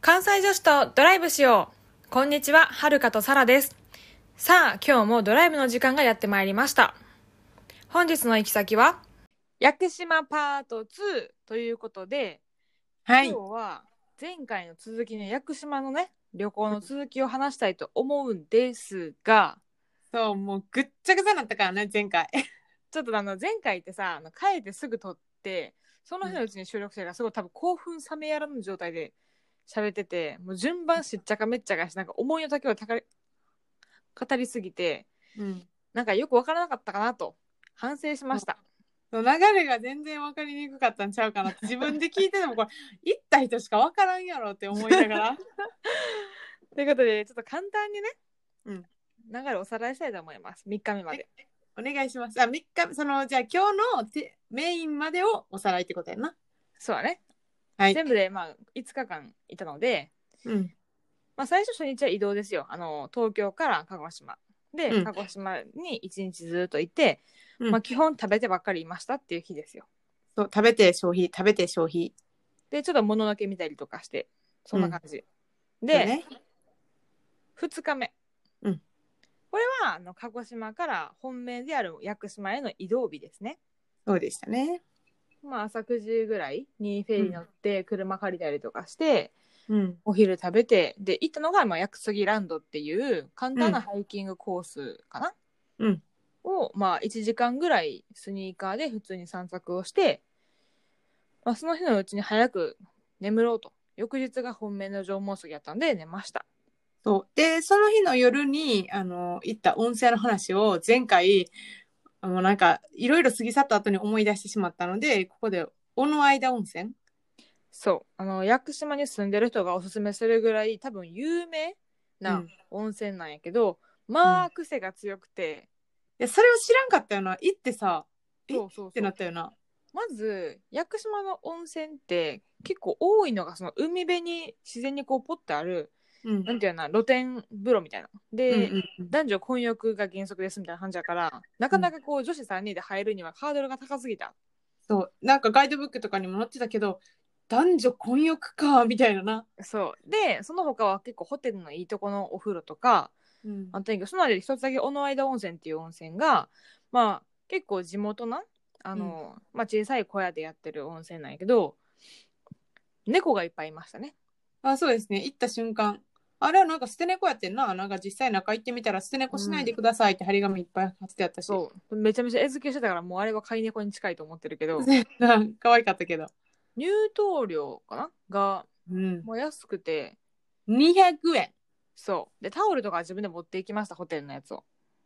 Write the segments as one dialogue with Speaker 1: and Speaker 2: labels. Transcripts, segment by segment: Speaker 1: 関西女子とドライブしよう。こんにちは、はるかとさらです。さあ、今日もドライブの時間がやってまいりました。本日の行き先は、屋久島パート2ということで、
Speaker 2: はい
Speaker 1: 今。日は前回の続きの屋久島のね、旅行の続きを話したいと思うんですが、
Speaker 2: そう、もうぐっちゃぐちゃになったからね、前回。
Speaker 1: ちょっとあの前回ってさ、あの帰ってすぐ撮って、その日のうちに収録者がすごい多分興奮冷めやらぬ状態で喋ってて、もう順番しっちゃかめっちゃかやし、なんか思いの丈をたかり語りすぎて、
Speaker 2: うん。
Speaker 1: なんかよくわからなかったかなと反省しました。
Speaker 2: そう流れが全然分かりにくかったんちゃうかなって自分で聞いててもこれ行った人しか分からんやろって思いながら
Speaker 1: ということで、ちょっと簡単にね、
Speaker 2: うん
Speaker 1: 流れをおさらいしたいと思います。3日目まで。
Speaker 2: お願いしますあ3日そのじゃあ今日のてメインまでをおさらいってことやな
Speaker 1: そうだね。
Speaker 2: はい
Speaker 1: 全部でまあ5日間いたので、
Speaker 2: うん
Speaker 1: まあ、最初初日は移動ですよあの東京から鹿児島で、
Speaker 2: うん
Speaker 1: 鹿児島に一日ずっといて、
Speaker 2: うん
Speaker 1: まあ、基本食べてばっかりいましたっていう日ですよ
Speaker 2: そう食べて消費食べて消費
Speaker 1: でちょっと物のけ見たりとかしてそんな感じ、
Speaker 2: そう
Speaker 1: で、
Speaker 2: ね
Speaker 1: 2日目、
Speaker 2: うん
Speaker 1: これはあの鹿児島から本命である屋久島への移動日ですね
Speaker 2: そうでしたね
Speaker 1: まあ朝9時ぐらいにフェリー乗って車借りたりとかして、
Speaker 2: うん
Speaker 1: お昼食べてで行ったのが、まあ、屋久杉ランドっていう簡単なハイキングコースかな、
Speaker 2: うん
Speaker 1: を、まあ、1時間ぐらいスニーカーで普通に散策をして、まあ、その日のうちに早く眠ろうと翌日が本命の縄文杉やったんで寝ました
Speaker 2: そうでその日の夜にあの行った温泉の話を前回あのなんかいろいろ過ぎ去った後に思い出してしまったのでここで小野間温泉
Speaker 1: そうあの屋久島に住んでる人がおすすめするぐらい多分有名
Speaker 2: う
Speaker 1: なん温泉なんやけど、まあ癖が強くて、
Speaker 2: いや、それを知らんかったよな。行ってさ、え
Speaker 1: そうそうそう
Speaker 2: ってなったよな。
Speaker 1: まず屋久島の温泉って結構多いのがその海辺に自然にこうポッてある
Speaker 2: うん。
Speaker 1: なんていうのかな露天風呂みたいな
Speaker 2: うん
Speaker 1: で、
Speaker 2: うんうん
Speaker 1: 男女混浴が原則ですみたいな感じだからなかなかこう女子3人で入るにはハードルが高すぎた
Speaker 2: そう。なんかガイドブックとかにも載ってたけど、男女混浴か、みたいなな。
Speaker 1: そうでその他は結構ホテルのいいとこのお風呂とか
Speaker 2: うん
Speaker 1: あったんやけどその中で一つだけ小野間温泉っていう温泉がまあ結構地元なあの、まあ、小さい小屋でやってる温泉なんやけど猫がいっぱいいましたね
Speaker 2: あ、そうですね。行った瞬間。あれはなんか捨て猫やってんな。なんか実際中行ってみたら捨て猫しないでくださいって張り紙いっぱい貼ってあったし。
Speaker 1: そうめちゃめちゃ餌付けしてたからもうあれは飼い猫に近いと思ってるけど
Speaker 2: なんか可愛かったけど。
Speaker 1: 入湯料かなが
Speaker 2: うん。
Speaker 1: もう安くて
Speaker 2: 200円。
Speaker 1: そうでタオルとかは自分で持っていきましたホテルのやつを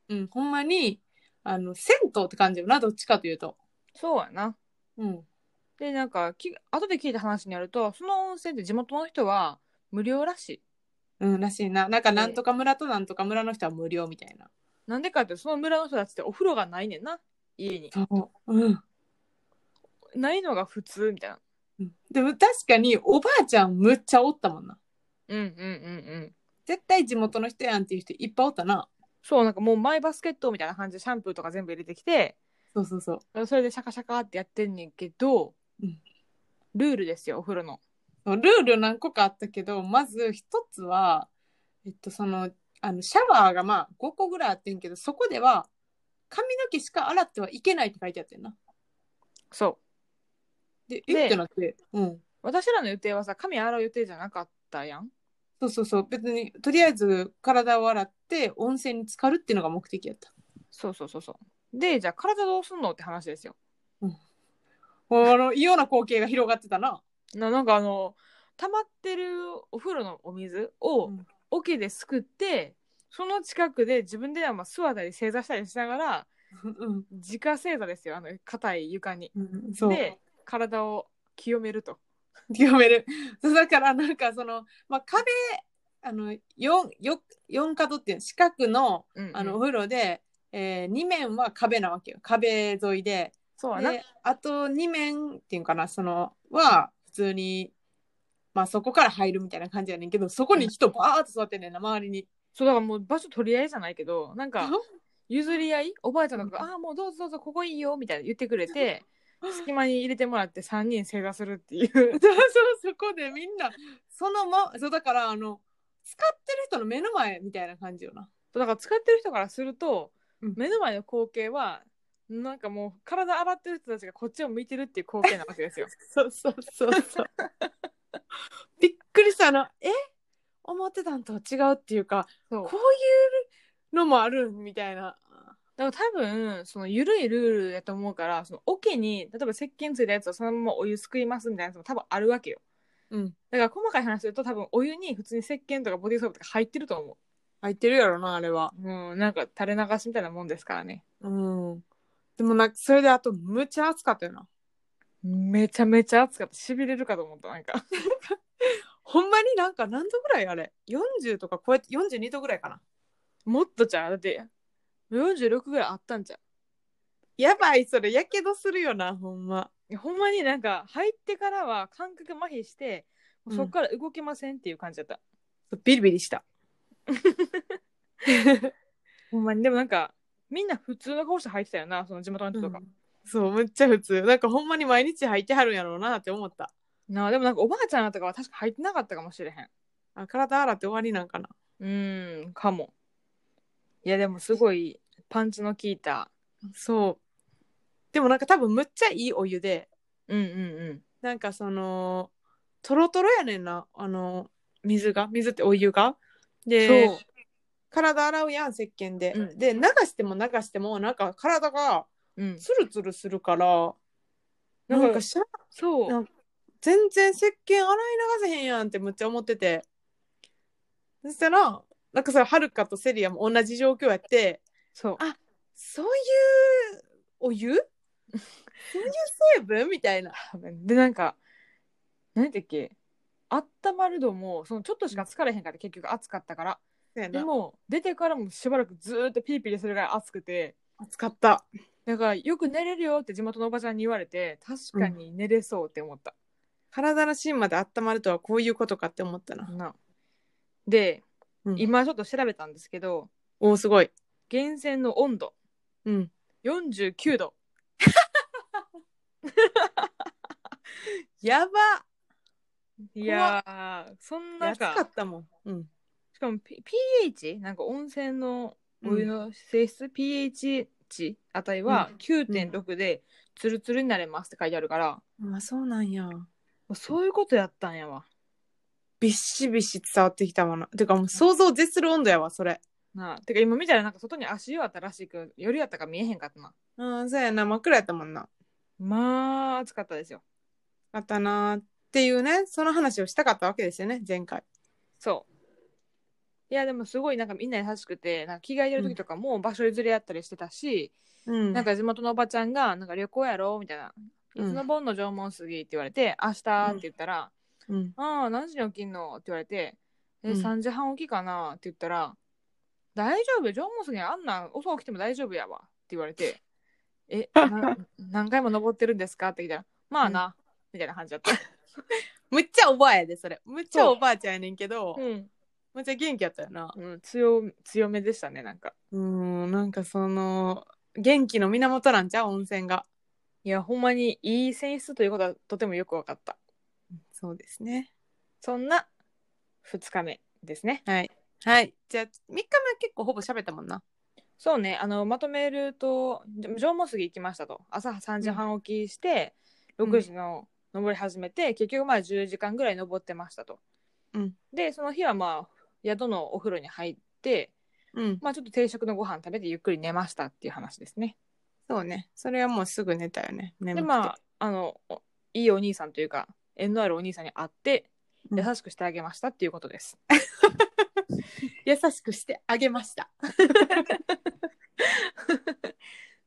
Speaker 2: うん。ほんまに、あの、銭湯って感じよな。どっちかというと。
Speaker 1: そうやな
Speaker 2: うん。
Speaker 1: でなんかき後で聞いた話によるとその温泉って地元の人は無料らしい
Speaker 2: うん、らしいな。なんかなんとか村となんとか村の人は無料みたいな。
Speaker 1: なんでかってその村の人たちってお風呂がないねんな家に
Speaker 2: そう。うん。
Speaker 1: ないのが普通みたいな
Speaker 2: うんでも確かにおばあちゃんむっちゃおったもんな。
Speaker 1: うんうんうんうん
Speaker 2: 絶対地元の人やんっていう人いっぱいおったな。
Speaker 1: そうなんかもうマイバスケットみたいな感じでシャンプーとか全部入れてきて
Speaker 2: そうそうそう。
Speaker 1: それでシャカシャカってやってんねんけど、
Speaker 2: うん
Speaker 1: ルールですよお風呂の
Speaker 2: ルール何個かあったけど、まず一つは、えっとその、あのシャワーがまあ5個ぐらいあってんけど、そこでは髪の毛しか洗ってはいけないって書いてあってんな。
Speaker 1: そう
Speaker 2: で、
Speaker 1: で
Speaker 2: えってなって。うん。
Speaker 1: 私らの予定はさ髪洗う予定じゃなかったやん
Speaker 2: そうそうそう。別に、とりあえず体を洗って温泉に浸かるっていうのが目的やった。
Speaker 1: そうそうそうそうでじゃあ体どうすんのって話ですよ
Speaker 2: あの、異様な光景が広がってたな。
Speaker 1: ななんかあの溜まってるお風呂のお水を
Speaker 2: うん
Speaker 1: 桶ですくって、その近くで自分ではまあ座ったり正座したりしながら
Speaker 2: うん。
Speaker 1: 自家正座ですよあの硬い床に
Speaker 2: うん、そう。
Speaker 1: で体を清めると
Speaker 2: 読める。 そうだからなんかその、まあ、壁あの 4, よ四角っていう四角の
Speaker 1: うんうん
Speaker 2: あのお風呂で、え2面は壁なわけよ壁沿いで
Speaker 1: そうやな
Speaker 2: であと2面っていうんかなそのは普通に、まあ、そこから入るみたいな感じやねんけどそこに人バーっと座ってんねんな周りに。
Speaker 1: そうだからもう場所取り合いじゃないけ どなんか譲り合いおばあちゃんとかが「ああーもうどうぞどうぞここいいよ」みたいな言ってくれて隙間に入れてもらって3人正座するっていう
Speaker 2: そうそうそこでみんなそのまそうだからあの使ってる人の目の前みたいな感じよな
Speaker 1: だから使ってる人からすると、
Speaker 2: うん
Speaker 1: 目の前の光景はなんかもう体洗ってる人たちがこっちを向いてるっていう光景なわけですよ
Speaker 2: そうそうそうそう びっくりしたあのえ思ってたんと違うっていうか
Speaker 1: そう
Speaker 2: こういうのもあるみたいな
Speaker 1: だから多分その緩いルールやと思うからその桶に例えば石鹸ついたやつをそのままお湯すくいますみたいなやつも多分あるわけよ
Speaker 2: うん
Speaker 1: だから細かい話すると多分お湯に普通に石鹸とかボディーソープとか入ってると思
Speaker 2: 入ってるやろなあれは
Speaker 1: うもうなんか垂れ流しみたいなもんですからね
Speaker 2: うんでもなんかそれであとむっちゃ暑かったよな
Speaker 1: めちゃめちゃ暑かったしびれるかと思ったなんか
Speaker 2: ほんまになんか何度ぐらいあれ40とかこうやって42度ぐらいかな
Speaker 1: もっとちゃうだって46ぐらいあったんじゃう
Speaker 2: やばいそれやけどするよなほんま
Speaker 1: いやほんまになんか入ってからは感覚麻痺して、もうそ
Speaker 2: うん
Speaker 1: こから動けませんっていう感じだった
Speaker 2: ビリビリした
Speaker 1: ほんまにでもなんかみんな普通の顔して入ってたよなその地元の人とか、
Speaker 2: そうむっちゃ普通なんかほんまに毎日履いてはるんやろうなって思った
Speaker 1: なあでもなんかおばあちゃんらとかは確か入ってなかったかもしれへん
Speaker 2: あ体洗って終わりなんかな
Speaker 1: うーんかもいやでもすごいパンチの効いた
Speaker 2: そうでもなんか多分むっちゃいいお湯で
Speaker 1: うんうんうん
Speaker 2: なんかそのトロトロやねんなあの水が水ってお湯がで
Speaker 1: そう
Speaker 2: 体洗うやん石鹸で、
Speaker 1: うん
Speaker 2: で流しても流してもなんか体が
Speaker 1: うん、
Speaker 2: ツルツルするから
Speaker 1: なんか
Speaker 2: なんかしゃ
Speaker 1: そう
Speaker 2: なん全然石鹸洗い流せへんやんってむっちゃ思っててそしたらなんかさはるかとセリアも同じ状況やって
Speaker 1: そう
Speaker 2: あそういうお湯 そういう成分みたいな
Speaker 1: 多分でなんか何だっけあったまる度もそのちょっとしか疲れへんから結局暑かったからで
Speaker 2: でも
Speaker 1: も出てからもしばらくずーっとピリピリするぐらい暑くて
Speaker 2: 暑かった
Speaker 1: だからよく寝れるよって地元のおばちゃんに言われて確かに寝れそうって思った、
Speaker 2: 体の芯まで温まるとはこういうことかって思ったな、
Speaker 1: なで、
Speaker 2: うん
Speaker 1: 今ちょっと調べたんですけど
Speaker 2: おおすごい
Speaker 1: 源泉の温度
Speaker 2: うん
Speaker 1: 49度
Speaker 2: やば
Speaker 1: いやーそんな
Speaker 2: 暑
Speaker 1: か
Speaker 2: かったもん、うん、
Speaker 1: しかも P- pH なんか温泉のお湯の性質、pH 値値は
Speaker 2: う
Speaker 1: 9.6でツルツルになれますって書いてあるから、
Speaker 2: まあそうなんや
Speaker 1: そういうことやったんやわ
Speaker 2: びっしびし伝わってきたもんなてかもう想像を絶する温度やわそれ
Speaker 1: なあてか今見たらなんか外に足湯あったらしくよりあったか見えへんかったな
Speaker 2: うん、そうやな、真っ暗やったもんな。
Speaker 1: まあ暑かったですよ
Speaker 2: あったなーっていうね、その話をしたかったわけですよね、前回。
Speaker 1: そういやでもすごいなんかみんな優しくてなんか着替えてる時とかも場所譲り合ったりしてたし、
Speaker 2: うん。
Speaker 1: なん、か地元のおばちゃんが「なんか旅行やろ?」みたいな「い
Speaker 2: うん
Speaker 1: つの盆の縄文杉」って言われて「明日」って言ったら「
Speaker 2: うん。
Speaker 1: ああ、何時に起きんのって言われて、え、
Speaker 2: うん
Speaker 1: 3時半起きかなって言ったら、大丈夫、縄文杉あんなん、遅起きても大丈夫やわ。って言われて、え、な何回も登ってるんですかって聞いたら、まあな、みたいな感じだった。
Speaker 2: むっちゃおばあやで、それ。むっちゃおばあちゃんやねんけど、
Speaker 1: うん。
Speaker 2: むっちゃ元気やったよな。
Speaker 1: うん、強、強めでしたね、なんか。
Speaker 2: うん、なんかその、元気の源なんちゃう温泉が。
Speaker 1: いや、ほんまにいい選出ということはとてもよくわかった。
Speaker 2: そうですね。
Speaker 1: そんな2日目ですね。
Speaker 2: はい。はい。じゃあ、3日目は結構ほぼ喋ったもんな。
Speaker 1: そうね、あの、まとめると、じゃ縄文杉行きましたと。朝3時半起きして、
Speaker 2: うん
Speaker 1: 6時の登り始めて、結局まあ10時間ぐらい登ってましたと。
Speaker 2: うん
Speaker 1: で、その日はまあ、宿のお風呂に入って、
Speaker 2: うん。
Speaker 1: まあちょっと定食のご飯食べてゆっくり寝ましたっていう話ですね。
Speaker 2: そうね。それはもうすぐ寝たよね。眠
Speaker 1: で、
Speaker 2: くて。
Speaker 1: まあ、あの、おいいお兄さんというか、縁のあるお兄さんに会って、
Speaker 2: うん
Speaker 1: 優しくしてあげましたっていうことです。
Speaker 2: 優しくしてあげました。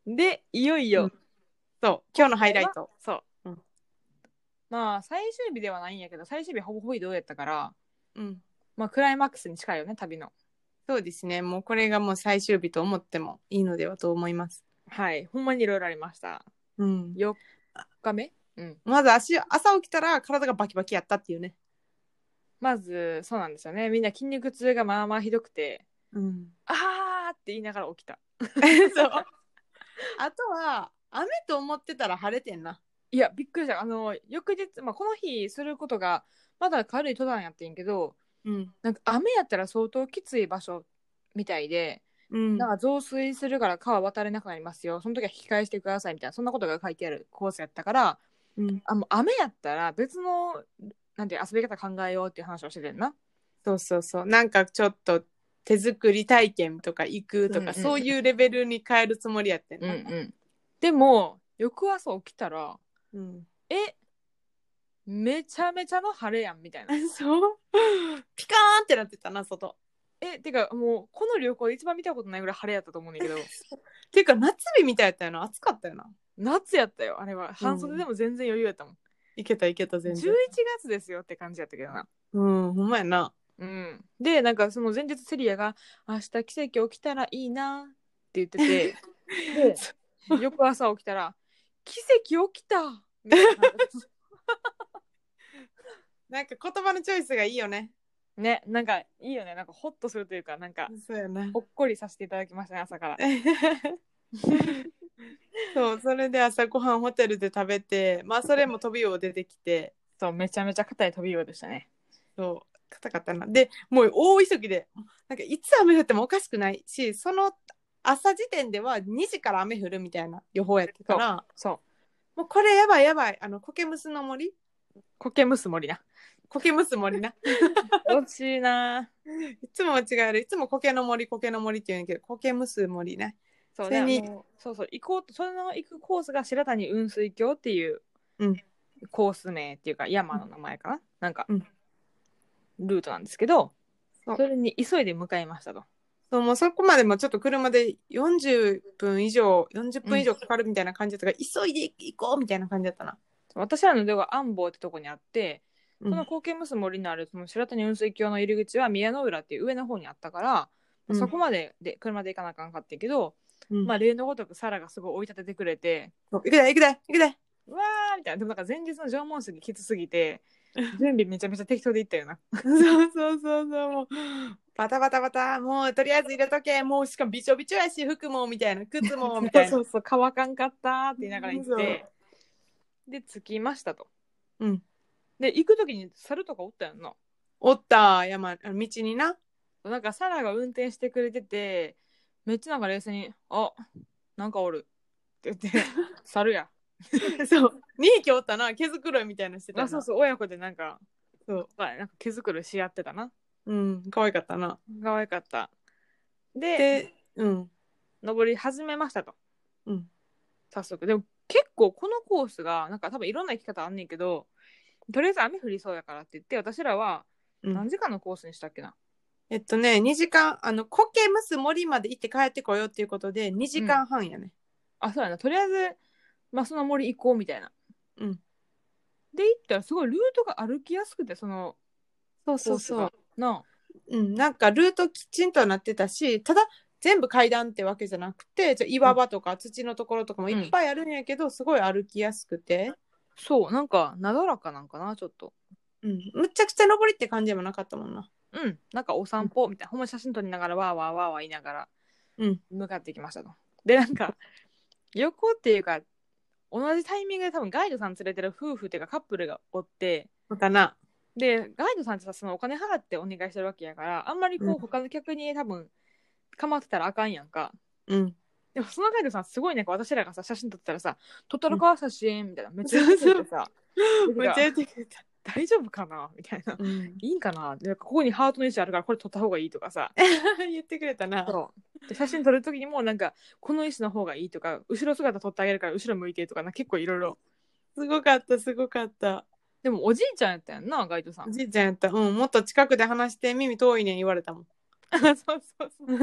Speaker 1: で、いよいよ、
Speaker 2: うんそう。今日のハイライト。
Speaker 1: そう。
Speaker 2: うん
Speaker 1: まあ、最終日ではないんやけど、最終日ほぼほぼ移動やったから、
Speaker 2: うん。
Speaker 1: まあ、クライマックスに近いよね、旅の。
Speaker 2: そうですね。もうこれがもう最終日と思ってもいいのではと思います。
Speaker 1: はい。ほんまにいろいろありました。
Speaker 2: うん。
Speaker 1: 4日目うん。
Speaker 2: まず足朝起きたら体がバキバキやったっていうね。
Speaker 1: まず、そうなんですよね。みんな筋肉痛がまあまあひどくて、
Speaker 2: うん。
Speaker 1: あーって言いながら起きた。
Speaker 2: そう。あとは雨と思ってたら晴れてんな。
Speaker 1: いや、びっくりした。あの、翌日、まあ、この日することが、まだ軽い登山やってんけど、
Speaker 2: うん。
Speaker 1: なんか雨やったら相当きつい場所みたいで、
Speaker 2: うん。
Speaker 1: なんか増水するから川渡れなくなりますよ。その時は引き返してくださいみたいな、そんなことが書いてあるコースやったから、
Speaker 2: うん、
Speaker 1: あ、もう雨やったら別の、なんていう遊び方考えようっていう話をしててんな。
Speaker 2: そうそうそう。なんかちょっと手作り体験とか行くと
Speaker 1: うんうん
Speaker 2: か、
Speaker 1: うん
Speaker 2: そういうレベルに変えるつもりやってんな。
Speaker 1: ん。でも、翌朝起きたら、
Speaker 2: うん。
Speaker 1: え、めちゃめちゃの晴れやんみたいな。
Speaker 2: そうピカーンってなってたな、外。
Speaker 1: え、てかもう、この旅行で一番見たことないぐらい晴れやったと思うねんだけど、
Speaker 2: ていうか、夏日みたいやったよな。暑かったよな。
Speaker 1: 夏やったよ、あれは。半袖でも全然余裕やったもん。
Speaker 2: いけたいけた、全
Speaker 1: 11
Speaker 2: 然。
Speaker 1: 月ですよって感じやったけどな。
Speaker 2: うん、ほんまやな。
Speaker 1: うん、でなんかその前日セリアが「明日奇跡起きたらいいな」って言っててで翌朝起きたら「奇跡起きた!」みたいな
Speaker 2: なんか言葉のチョイスがいいよね。
Speaker 1: ねなんかいいよねなんかホッとするというかなんか
Speaker 2: そうやな
Speaker 1: ほ。っこりさせていただきましたね朝から
Speaker 2: そう、それで朝ごはんホテルで食べて、まあそれも飛びよう出てきて、
Speaker 1: そうめちゃめちゃ硬い飛びようでしたね
Speaker 2: そう、硬かったな。で、もう大急ぎで、なんかいつ雨降ってもおかしくないし、その朝時点では2時から雨降るみたいな予報やったから、
Speaker 1: そう
Speaker 2: もうこれやばいやばい、あの、苔むすの森
Speaker 1: 苔むすもり な
Speaker 2: 苔むす森な。
Speaker 1: 惜しいない
Speaker 2: つも間違える。いつも苔の森、苔の森って言うんやけど、苔むす森ね。
Speaker 1: そう
Speaker 2: それに
Speaker 1: であのそうそう行こうとその行くコースが白谷雲水峡っていう
Speaker 2: うん
Speaker 1: コース名っていうか山の名前かな、なんか、
Speaker 2: うん
Speaker 1: ルートなんですけど
Speaker 2: そう
Speaker 1: それに急いで向かいましたと
Speaker 2: そう、もうそこまでもちょっと車で40分以上、40分以上かかるみたいな感じだったから、急いで行こうみたいな感じだったな。
Speaker 1: 私らの出が安房ってとこにあって
Speaker 2: う
Speaker 1: そ
Speaker 2: ん
Speaker 1: の後見結森のあるその白谷雲水峡の入り口は宮之浦っていう上の方にあったから、
Speaker 2: うん
Speaker 1: そこまでで車で行かなあかんかったけど、
Speaker 2: うん
Speaker 1: まあ例のごとくサラがすごい追い立ててくれて
Speaker 2: そう行くで行くで行くで
Speaker 1: うわーみたいなでもなんか前日の縄文杉きつすぎ て準備めちゃめちゃ適当で行ったよな
Speaker 2: そうそうそうそう、もう。バタバタバタ、もうとりあえず入れとけ、もうしかもびちょびちょやし、服もみたいな、靴もみたいな。
Speaker 1: そうそう乾かんかったーって言いながら行
Speaker 2: そ
Speaker 1: っ
Speaker 2: う
Speaker 1: てで着きましたと
Speaker 2: うん。
Speaker 1: で行く時に猿とかおったやんな
Speaker 2: おった、山、あの道にな。
Speaker 1: なんかサラが運転してくれててめっちゃなんか冷静に「あなんかおる」って 言って「猿や
Speaker 2: そう。2匹おったな、毛づくろいみたいなのして」たな。
Speaker 1: あそうそう親子でなんか
Speaker 2: そう
Speaker 1: まあなんか毛づくろいし合ってたな
Speaker 2: うん、可愛かったな。
Speaker 1: 可愛かったで
Speaker 2: で、うん。
Speaker 1: 登り始めましたと
Speaker 2: うん。
Speaker 1: 早速でも結構このコースがなんか多分いろんな行き方あんねんけどとりあえず雨降りそうやからって言って私らは
Speaker 2: うん
Speaker 1: 何時間のコースにしたっけな、
Speaker 2: えっとね、2時間、あの、苔むす森まで行って帰ってこようっていうことで、2時間半やね。
Speaker 1: あそうやなとりあえず、まあ、その森行こうみたいな
Speaker 2: うん。
Speaker 1: で行ったらすごいルートが歩きやすくてその
Speaker 2: そう
Speaker 1: コースが。な
Speaker 2: うん、なんかルートきちんとなってたし、ただ、全部階段ってわけじゃなくて、じゃあ岩場とか土のところとかもいっぱいあるんやけど、すごい歩きやすくて、
Speaker 1: あそうなんかなだらかなんかなちょっと
Speaker 2: うん、むちゃくちゃ登りって感じでもなかったもんな。
Speaker 1: うんなんかお散歩みたいな、ほんま写真撮りながらわーわーわーわー言いながら
Speaker 2: うん
Speaker 1: 向かってきましたと、でなんか横っていうか同じタイミングで多分ガイドさん連れてる夫婦っていうかカップルがおって
Speaker 2: またな。
Speaker 1: でガイドさんってさそのお金払ってお願いしてるわけやからあんまりこう、
Speaker 2: うん
Speaker 1: 他の客に多分構ってたらあかんやんか
Speaker 2: うん。
Speaker 1: でもそのガイドさんすごいなんか私らがさ写真撮ったらさ「撮ったらか写真」みたいなめっちゃ言っててさ
Speaker 2: めっちゃやってくれた。
Speaker 1: 大丈夫かなみたいな。
Speaker 2: うん、
Speaker 1: いいんかなでここにハートの位置あるからこれ撮った方がいいとかさ
Speaker 2: 言ってくれたな。
Speaker 1: そうで写真撮る時にもなんかこの位置の方がいいとか後ろ姿撮ってあげるから後ろ向いてとかな結構いろいろ
Speaker 2: すごかった、すごかった。
Speaker 1: でもおじいちゃんやったやんなガイドさ
Speaker 2: お
Speaker 1: ん
Speaker 2: じいちゃんやった。うん、もっと近くで話して、耳遠いねん言われたも ん。
Speaker 1: そうそうそう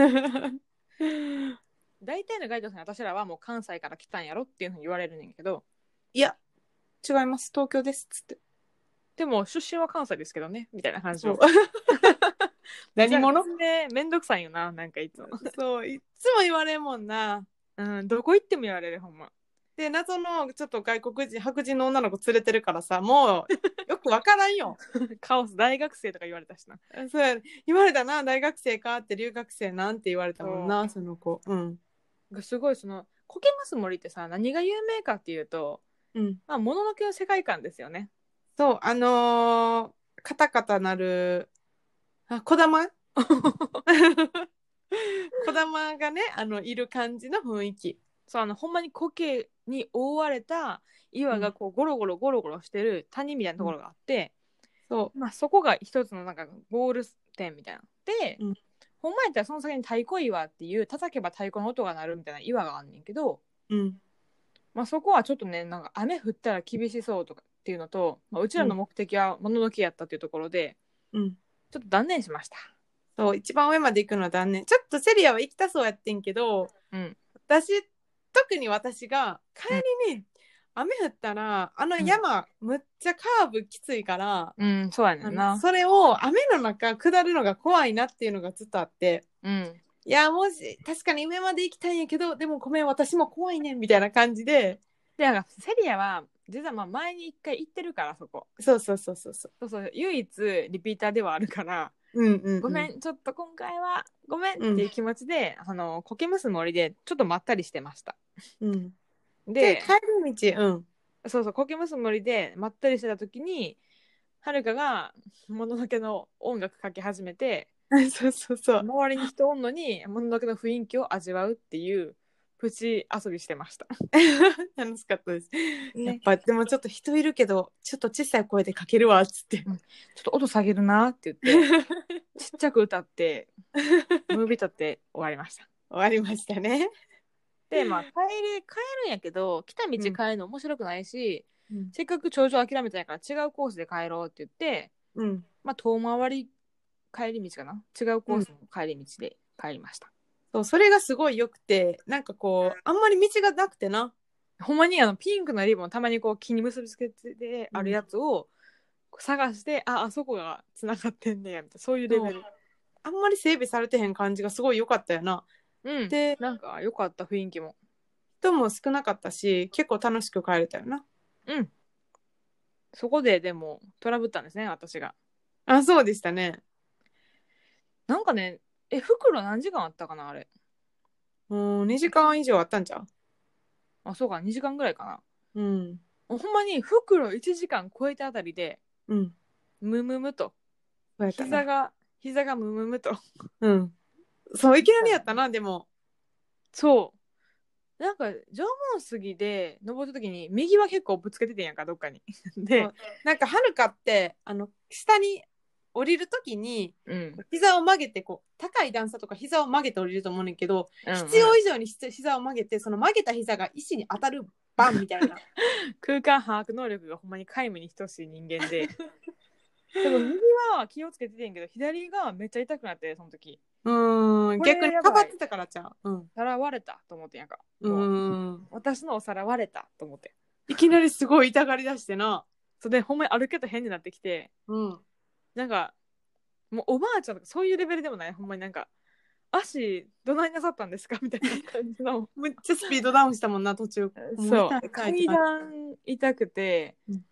Speaker 2: うん
Speaker 1: 大体のガイドさんに私らはもう関西から来たんやろっていうふうに言われるねんけど
Speaker 2: いや、違います。東京です。つって。
Speaker 1: でも出身は関西ですけどねみたいな話を
Speaker 2: 何者
Speaker 1: ねめんどくさいよななんかいつも
Speaker 2: そう、いっつも言われんもんな。
Speaker 1: うんどこ行っても言われるほんま
Speaker 2: で、謎のちょっと外国人、白人の女の子連れてるからさ、も う、よくわからんよ。
Speaker 1: カオス大学生とか言われたしな
Speaker 2: そうや言われたな、大学生かって留学生なんて言われたもんな、その子。うん。
Speaker 1: すごいその苔ます森ってさ何が有名かっていうと
Speaker 2: うん。
Speaker 1: まあもののけの世界観ですよね
Speaker 2: そう、あのー、カタカタなる、あ、小 玉小玉がね、あの、いる感じの雰囲気。
Speaker 1: そうあのほんまに苔に覆われた岩がこうゴロゴロゴロゴロしてる谷みたいなところがあって、
Speaker 2: そ
Speaker 1: まあ、そこが一つのなんかゴール点みたいなで、
Speaker 2: うん
Speaker 1: ほんまやったらその先に太鼓岩っていう叩けば太鼓の音が鳴るみたいな岩があんねんけど、
Speaker 2: う。うん。
Speaker 1: まあ、そこはちょっとねなんか雨降ったら厳しそうとかっていうのと、まあ、うちらの目的はもののけやったっていうところで、
Speaker 2: うん。
Speaker 1: ちょっと断念しました。
Speaker 2: そう、一番上まで行くのは断念。ちょっとセリアは行きたそうやってんけど、
Speaker 1: うん
Speaker 2: 私、特に私が帰りに雨降ったら、あの山、むっちゃカーブきついから、
Speaker 1: うん、そうやねん
Speaker 2: あの
Speaker 1: な。
Speaker 2: それを雨の中下るのが怖いなっていうのがずっとあって、
Speaker 1: うん。
Speaker 2: いや、もし、確かに上まで行きたいんやけど、でもごめん、私も怖いねん、みたいな感じで、
Speaker 1: で、なんかセリアは、実はまあ前に一回行ってるから、そこ。
Speaker 2: そうそうそうそうそう。
Speaker 1: そうそう、唯一リピーターではあるから、
Speaker 2: うんうん、うん。
Speaker 1: ごめん、ちょっと今回は、ごめんっていう気持ちで、あの、苔むす森で、ちょっとまったりしてました。
Speaker 2: うん。で
Speaker 1: で、、
Speaker 2: 帰り道、うん。
Speaker 1: そうそう、苔むす森で、まったりしてた時に、はるかが、もののけの音楽かけ始めて、
Speaker 2: そうそうそう。
Speaker 1: 周りに人おんのに、もののけの雰囲気を味わうっていう、プチ遊びしてました。
Speaker 2: 楽しかったです。
Speaker 1: ね
Speaker 2: やっぱでもちょっと人いるけどちょっと小さい声でかけるわっ つって
Speaker 1: ちょっと音下げるなって言って、 ちっちゃく歌って、ムービー撮って終わりました。
Speaker 2: 終わりましたね。
Speaker 1: で、 まあ、帰り、帰るんやけど、来た道
Speaker 2: うん
Speaker 1: 帰るの面白くないし、せっかく頂上諦めたんやから違うコースで帰ろうって言って、
Speaker 2: うん、
Speaker 1: まあ、遠回り帰り道かな違うコースの帰り道で帰りました。
Speaker 2: そうそれがすごい良くてなんかこうあんまり道がなくてな
Speaker 1: ほんまにあの、ピンクのリボンたまにこう気に結びつけてあるやつを探して、あ、あそこが繋がってんねや、みたいな、そういうレベル。
Speaker 2: あんまり整備されてへん感じがすごい良かったよな。
Speaker 1: うん。で、
Speaker 2: で
Speaker 1: なんか良かった雰囲気も。
Speaker 2: 人も少なかったし結構楽しく帰れたよな。
Speaker 1: うん。そこででもトラブったんですね、私が。
Speaker 2: あそうでしたね。
Speaker 1: なんかね、え、袋何時間あったかな、あれ。
Speaker 2: もう2時間以上あったんじゃう
Speaker 1: あ、そうか、2時間ぐらいかな。
Speaker 2: うん
Speaker 1: もうほんまに袋1時間超えたあたりで、
Speaker 2: うん。
Speaker 1: ムムムと。
Speaker 2: そうやった
Speaker 1: 膝
Speaker 2: な。
Speaker 1: が、膝がムムムと。
Speaker 2: うん。そういきなりやったなでも。
Speaker 1: そう。なんか、縄文杉で登った時に、右は結構ぶつけててんやんか、どっかに。 で、
Speaker 2: なんかはるかってあの下に降りるときに
Speaker 1: うん。
Speaker 2: 膝を曲げてこう高い段差とか膝を曲げて降りると思うねんけど、必
Speaker 1: 必
Speaker 2: 要以上にひつ膝を曲げてその曲げた膝が石に当たるバンみたいな
Speaker 1: 空間把握能力がほんまに皆無に等しい人間 で。でも右は気をつけててんやけど、左がめっちゃ痛くなって、その時。
Speaker 2: うん
Speaker 1: これ
Speaker 2: 逆に
Speaker 1: や
Speaker 2: か
Speaker 1: ばい
Speaker 2: かってたからちゃう
Speaker 1: 皿割れたと思ってんやんか。
Speaker 2: うんうん
Speaker 1: 私のお皿割れたと思って。
Speaker 2: いきなりすごい痛がりだしてな
Speaker 1: それでほんまに歩けと変になってきて、
Speaker 2: うん
Speaker 1: なんか、もうおばあちゃんとかそういうレベルでもない、ほんまになんか、足どないなさったんですかみたいな感じの。
Speaker 2: めっちゃスピードダウンしたもんな途中
Speaker 1: そう
Speaker 2: も痛い痛い
Speaker 1: 階段痛くて、
Speaker 2: うん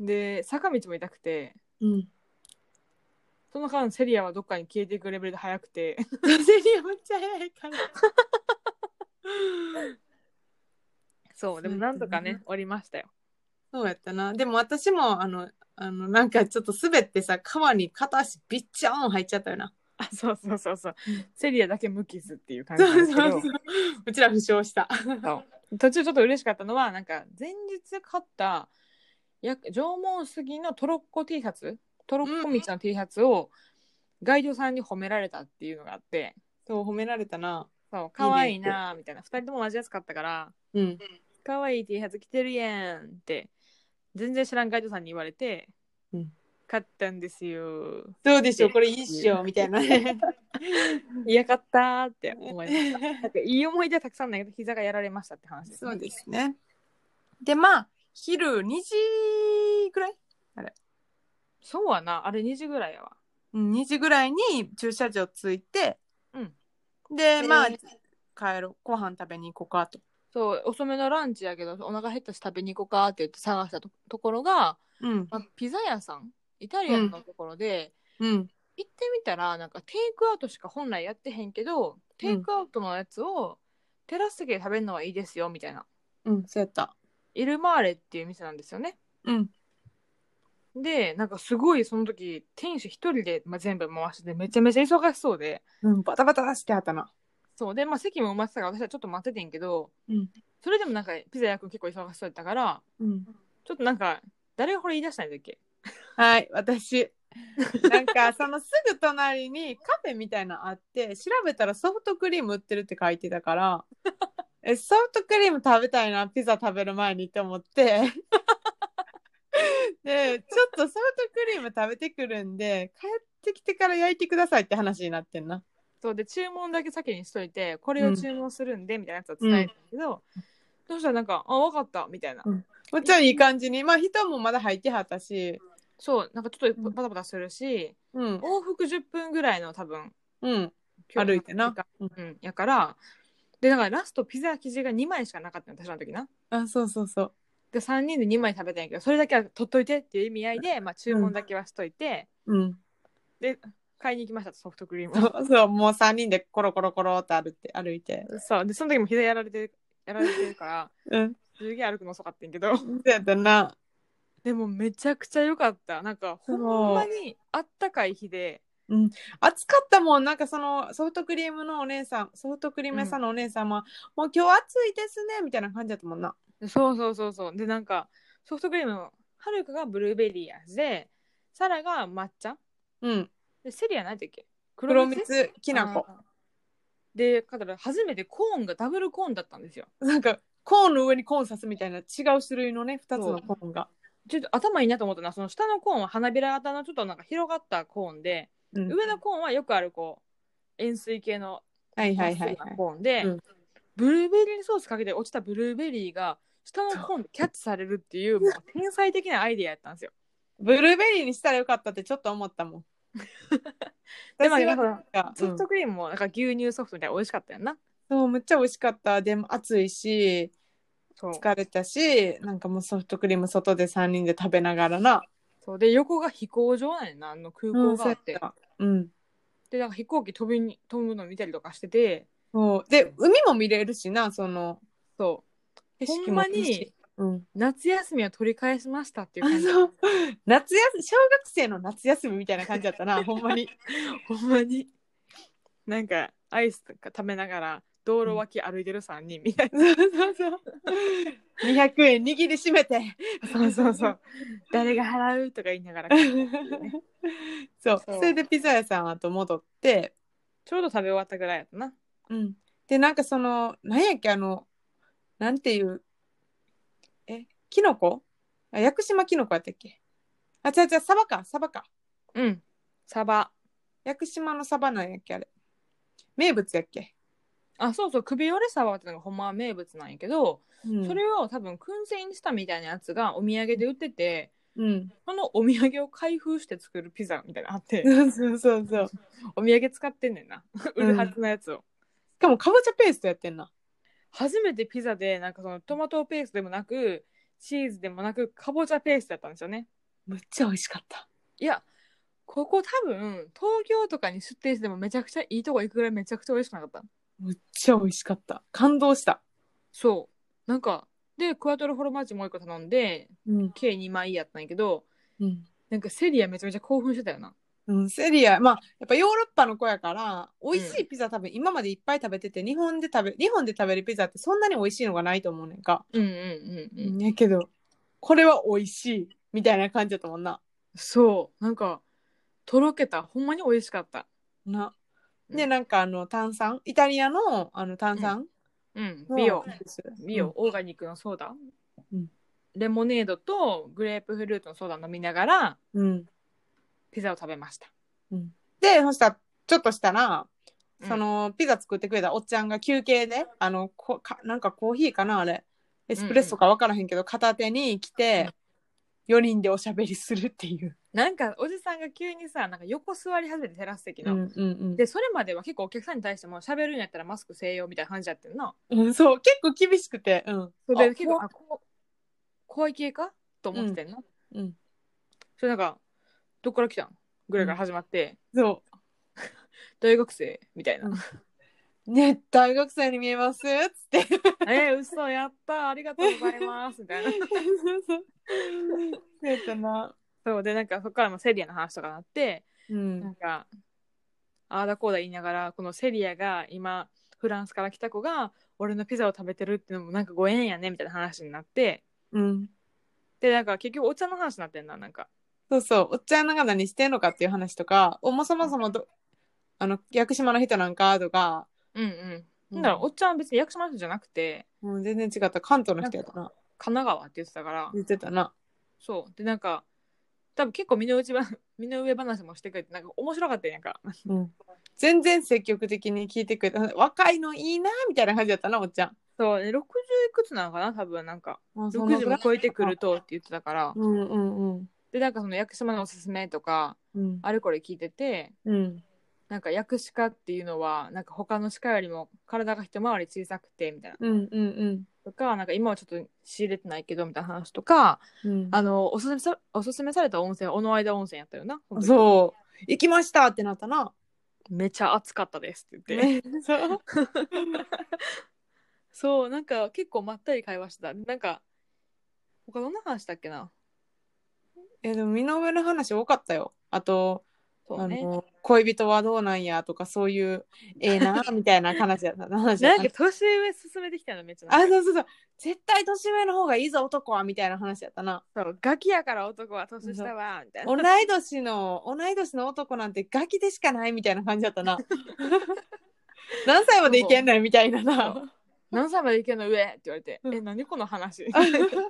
Speaker 1: で、坂道も痛くて、
Speaker 2: うん
Speaker 1: その間セリアはどっかに消えていくレベルで速くて、
Speaker 2: 風にめっちゃ早いから
Speaker 1: そう、でもなんとか
Speaker 2: そうや
Speaker 1: ね、降りましたよ。
Speaker 2: そうやったなでも私もあのあのなんかちょっと滑ってさ川に片足ビッチャーン入っちゃったよな
Speaker 1: あ、そうそうそうそう
Speaker 2: うん。
Speaker 1: セリアだけ無傷っていう感じ
Speaker 2: そ
Speaker 1: なんで
Speaker 2: う
Speaker 1: すけど。
Speaker 2: そうそう うちら負傷した
Speaker 1: 途中ちょっと嬉しかったのはなんか前日買ったや縄文杉のトロッコ T シャツトロッコ道の T シャツをガイドさんに褒められたっていうのがあって
Speaker 2: そう褒められたな
Speaker 1: そう可愛いなみたいな2人とも同じやつ買ったから
Speaker 2: うん
Speaker 1: 可愛い T シャツ着てるやんって全然知らんガイドさんに言われて、
Speaker 2: うん
Speaker 1: 買ったんですよ
Speaker 2: どうでしょうこれいいっしょみたいなね
Speaker 1: 嫌かったーって思いましたなんかいい思い出はたくさんだけど膝がやられましたって話です、
Speaker 2: そうですね。で、まあ、昼2時ぐらい
Speaker 1: そうはなあれ2時ぐらいやわ
Speaker 2: うん、2時ぐらいに駐車場着いて、
Speaker 1: うん
Speaker 2: で、まあ
Speaker 1: え、
Speaker 2: 帰ろう。ご飯食べに行こうかと。
Speaker 1: そう遅めのランチやけどお腹減ったし食べに行こうかって言って探したとところが、
Speaker 2: うん。
Speaker 1: まあ、ピザ屋さんイタリアンのところで、
Speaker 2: うん。
Speaker 1: 行ってみたらなんかテイクアウトしか本来やってへんけどテイクアウトのやつをテラス席で食べるのはいいですよみたいな
Speaker 2: うん、そうやった。
Speaker 1: イルマーレっていう店なんですよね
Speaker 2: うん。
Speaker 1: でなんかすごいその時店主一人で、まあ、全部回しててめちゃめちゃ忙しそうで
Speaker 2: うん、バタバタしてはったな。
Speaker 1: そうで、まあ、席も埋まってたから私はちょっと待っててんけど、
Speaker 2: うん
Speaker 1: それでもなんかピザ焼くの結構忙しそうやったから
Speaker 2: うん。
Speaker 1: ちょっとなんか誰がこれ言い出したんだっけ
Speaker 2: はい、私。なんか、そのすぐ隣にカフェみたいなのあって、調べたらソフトクリーム売ってるって書いてたから、えソフトクリーム食べたいな、ピザ食べる前にって思って。で、ちょっとソフトクリーム食べてくるんで、帰ってきてから焼いてくださいって話になってんな。
Speaker 1: そうで注文だけ先にしといてこれを注文するんでみたいなやつを伝えたけど、そしたらなんか「あ分かった」みたいな、
Speaker 2: うんもちろんいい感じに。まあ、人もまだ入ってはったし、
Speaker 1: そうなんかちょっと
Speaker 2: うん
Speaker 1: バタバタするし、
Speaker 2: うん、
Speaker 1: 往復10分ぐらいの多分
Speaker 2: うん、歩いてな。うん
Speaker 1: うん、やからでだからラストピザ生地が2枚しかなかったの私らの時な
Speaker 2: あ、そうそうそう。
Speaker 1: で3人で2枚食べたんやけどそれだけは取っといてっていう意味合いで、まあ、注文だけはしといて、
Speaker 2: うん。
Speaker 1: 買いに行きましたソフトクリームを
Speaker 2: そうそう、もう3人でコロコロコロって歩いて、歩いて。
Speaker 1: そうでその時も膝やられてるやられてるから
Speaker 2: うん。
Speaker 1: すげえ歩くの遅かったんやけど
Speaker 2: そうやったな。
Speaker 1: でもめちゃくちゃ良かったなんかほ
Speaker 2: そうん
Speaker 1: まにあったかい日で
Speaker 2: 暑かったもん。なんかそのソフトクリームのお姉さん、ソフトクリーム屋さんのお姉さんは、もう今日暑いですね、みたいな感じだったもんな。
Speaker 1: そうそうそうそうでなんかソフトクリームのはるかがブルーベリー味でサラが抹茶
Speaker 2: うん。
Speaker 1: でセリア何やったっけ
Speaker 2: 黒蜜きな粉。
Speaker 1: あーでだから初めてコーンがダブルコーンだったんですよ
Speaker 2: なんか、コーンの上にコーン刺すみたいな違う種類のね、2つのコーンが。
Speaker 1: ちょっと頭いいなと思ったのはその下のコーンは花びら型のちょっとなんか広がったコーンで、
Speaker 2: うん
Speaker 1: 上のコーンはよくあるこう円錐形の
Speaker 2: はいはいは
Speaker 1: まっ
Speaker 2: い
Speaker 1: すぐ
Speaker 2: は。
Speaker 1: ないコーンで、
Speaker 2: うん
Speaker 1: ブルーベリーソースかけて落ちたブルーベリーが下のコーンでキャッチされるっていうもう天才的なアイディアやったんですよ。
Speaker 2: ブルーベリーにしたらよかったってちょっと思っ たもん。
Speaker 1: でも
Speaker 2: 私
Speaker 1: ね
Speaker 2: はなんか、
Speaker 1: ソフ
Speaker 2: うん
Speaker 1: トクリームもなんか牛乳ソフトみたいな美味しかったよな。
Speaker 2: そう、めっちゃ美味しかった。でも暑いし、
Speaker 1: そう
Speaker 2: 疲れたし、なんかもうソフトクリーム外で3人で食べながらな。
Speaker 1: そうで横が飛行場なんやなあの空港があって、
Speaker 2: うん。
Speaker 1: でなんか飛行機飛びに飛ぶの見たりとかしてて
Speaker 2: そう。で、海も見れるしな、その、
Speaker 1: そう
Speaker 2: 景
Speaker 1: ほ
Speaker 2: 色
Speaker 1: ん
Speaker 2: も
Speaker 1: ま
Speaker 2: いいし
Speaker 1: に
Speaker 2: うん。
Speaker 1: 夏休みは取り返しましたっていう
Speaker 2: あ
Speaker 1: 感じ
Speaker 2: の、夏休み、小学生の夏休みみたいな感じだった な、ほんまに。
Speaker 1: ほんまになんかアイスとか食べながら道路脇歩いてる3人みたいな、
Speaker 2: そうそうそう。200円握りしめて。
Speaker 1: そうそうそう 誰が払うとか言いな がらち
Speaker 2: そう。
Speaker 1: そう
Speaker 2: それでピザ屋さんあと戻って、
Speaker 1: ょうど食べ終わったぐらいやったな
Speaker 2: うん。で、なんかその、なんやっけ、あの、なんていう、え、キノコあ屋久島キノコやったっけあ、違う違う、サバか、サバか。
Speaker 1: うんサバ
Speaker 2: 屋久島のサバなんやっけ、あれ。名物やっけ。
Speaker 1: あそうそう首折れサバっていうのがほんまは名物なんやけど、
Speaker 2: うん
Speaker 1: それを多分燻製にしたみたいなやつがお土産で売ってて
Speaker 2: うん。
Speaker 1: そのお土産を開封して作るピザみたいなのあって
Speaker 2: そうそうそうそう。し
Speaker 1: お土産使ってんねんな
Speaker 2: う
Speaker 1: 売
Speaker 2: ん
Speaker 1: るはずのやつを、
Speaker 2: かも、かぼちゃペーストやってんな。
Speaker 1: 初めてピザでなんかそのトマトペーストでもなくチーズでもなくかぼちゃペーストだったんですよね
Speaker 2: むっちゃ美味しかった。
Speaker 1: いやここ多分東京とかに出店してもめちゃくちゃいいとこ行くぐらいめちゃくちゃ美味しくなかった
Speaker 2: むっちゃ美味しかった。感動した。
Speaker 1: そうなんかでクワトロフォロマージュもう一個頼んで
Speaker 2: うん。
Speaker 1: 計2枚やったんやけど
Speaker 2: うん。
Speaker 1: なんかセリアめちゃめちゃ興奮してたよな
Speaker 2: うん、セリア、まあ、やっぱヨーロッパの子やから、美味しいピザ多分今までいっぱい食べてて、日本で食べ、日本で食べるピザってそんなに美味しいのがないと思うねんか。
Speaker 1: うんうんうんうん
Speaker 2: やけど、これは美味しい、みたいな感じだったもんな。
Speaker 1: そうなんかとろけたほんまに美味しかった
Speaker 2: な。
Speaker 1: うん
Speaker 2: で、なんかあの、炭酸、イタリアのあの炭酸
Speaker 1: うん
Speaker 2: の
Speaker 1: 美容
Speaker 2: 美
Speaker 1: ビオ、。オーガニックのソーダ、
Speaker 2: うん
Speaker 1: レモネードとグレープフルーツのソーダ飲みながら
Speaker 2: うん。
Speaker 1: ピザを食べました
Speaker 2: で、そしたら、ちょっとしたら、
Speaker 1: うん
Speaker 2: その、ピザ作ってくれたおっちゃんが休憩で、あの、こかなんかコーヒーかなあれ。エスプレッソかわからへんけど、片手に来て、4人でおしゃべりするっていう。
Speaker 1: なんかおじさんが急にさなんか横座り始めてテラス席の、
Speaker 2: うんうん
Speaker 1: でそれまでは結構お客さんに対しても喋るんやったらマスクせえよみたいな感じやってんな
Speaker 2: うん、そう、結構厳しくて、うん。
Speaker 1: それ
Speaker 2: あ
Speaker 1: で結構あこう怖い系かと思ってんな、
Speaker 2: うん、
Speaker 1: それなんかどっから来たんぐらいから始まって、
Speaker 2: そ
Speaker 1: 大学生みたいな、
Speaker 2: うんね、大学生に見えますつって。
Speaker 1: えー、嘘やったありがとうございますみたいな
Speaker 2: そうやったな。
Speaker 1: そうでなんかそこからもセリアの話とかなって
Speaker 2: う
Speaker 1: なん
Speaker 2: ん。
Speaker 1: かああだこうだ言いながらこのセリアが今フランスから来た子が俺のピザを食べてるっていうのもなんかご縁やねみたいな話になって
Speaker 2: うん。
Speaker 1: でなんか結局お茶の話になってんななんか
Speaker 2: そうそう。おっちゃんが何してんのかっていう話とか、おもそもそもど、あの、屋久島の人なんかとか、
Speaker 1: うんうんなんだろうおっちゃんは別に役所の人じゃなくて
Speaker 2: うん、全然違った。関東の人やったな。
Speaker 1: 神奈川って言ってたから
Speaker 2: 言ってたな。
Speaker 1: そうでなんか多分結構身の内ば 身の上話もしてくれてなんか面白かったんやんか
Speaker 2: うん。全然積極的に聞いてくれた。若いのいいな、みたいな感じやったな、おっちゃん。
Speaker 1: そうね60いくつなのかな多分なんか
Speaker 2: もうその
Speaker 1: 60
Speaker 2: ぐら
Speaker 1: も
Speaker 2: い
Speaker 1: 超えてくるとって言ってたから
Speaker 2: うんうんうん。
Speaker 1: でなんかその屋久島のおすすめとか
Speaker 2: うん。
Speaker 1: あれこれ聞いてて
Speaker 2: うん。
Speaker 1: なんか薬師科っていうのはなんか他の歯科よりも体が一回り小さくてみたいな
Speaker 2: うんうんうん。
Speaker 1: とかなんか今はちょっと仕入れてないけどみたいな話とか
Speaker 2: うん
Speaker 1: あのおすすめさおすすめされた温泉は小野間温泉やったよな
Speaker 2: そう。行きましたってなったな。
Speaker 1: めちゃ暑かったですって言って、
Speaker 2: ね、 そう。
Speaker 1: そうなんか結構まったり会話してたなんか他どんな話したっけな
Speaker 2: え、でも身の上の話多かったよ。あと、
Speaker 1: そうね
Speaker 2: あの恋人はどうなんやとかそういうええ なみたいな話だった話だ
Speaker 1: な
Speaker 2: っ
Speaker 1: ん
Speaker 2: た
Speaker 1: か年上進めてきたのめっちゃ
Speaker 2: あそうそうそう絶対年上の方がいいぞ男はみたいな話だったな
Speaker 1: そうガキやから男は年下はみたい な
Speaker 2: 同い年の同い年の男なんてガキでしかないみたいな感じだった な何歳までいけんねんみたいな
Speaker 1: そ
Speaker 2: な
Speaker 1: う何歳までいけんの上って言われて、
Speaker 2: うん
Speaker 1: え何この話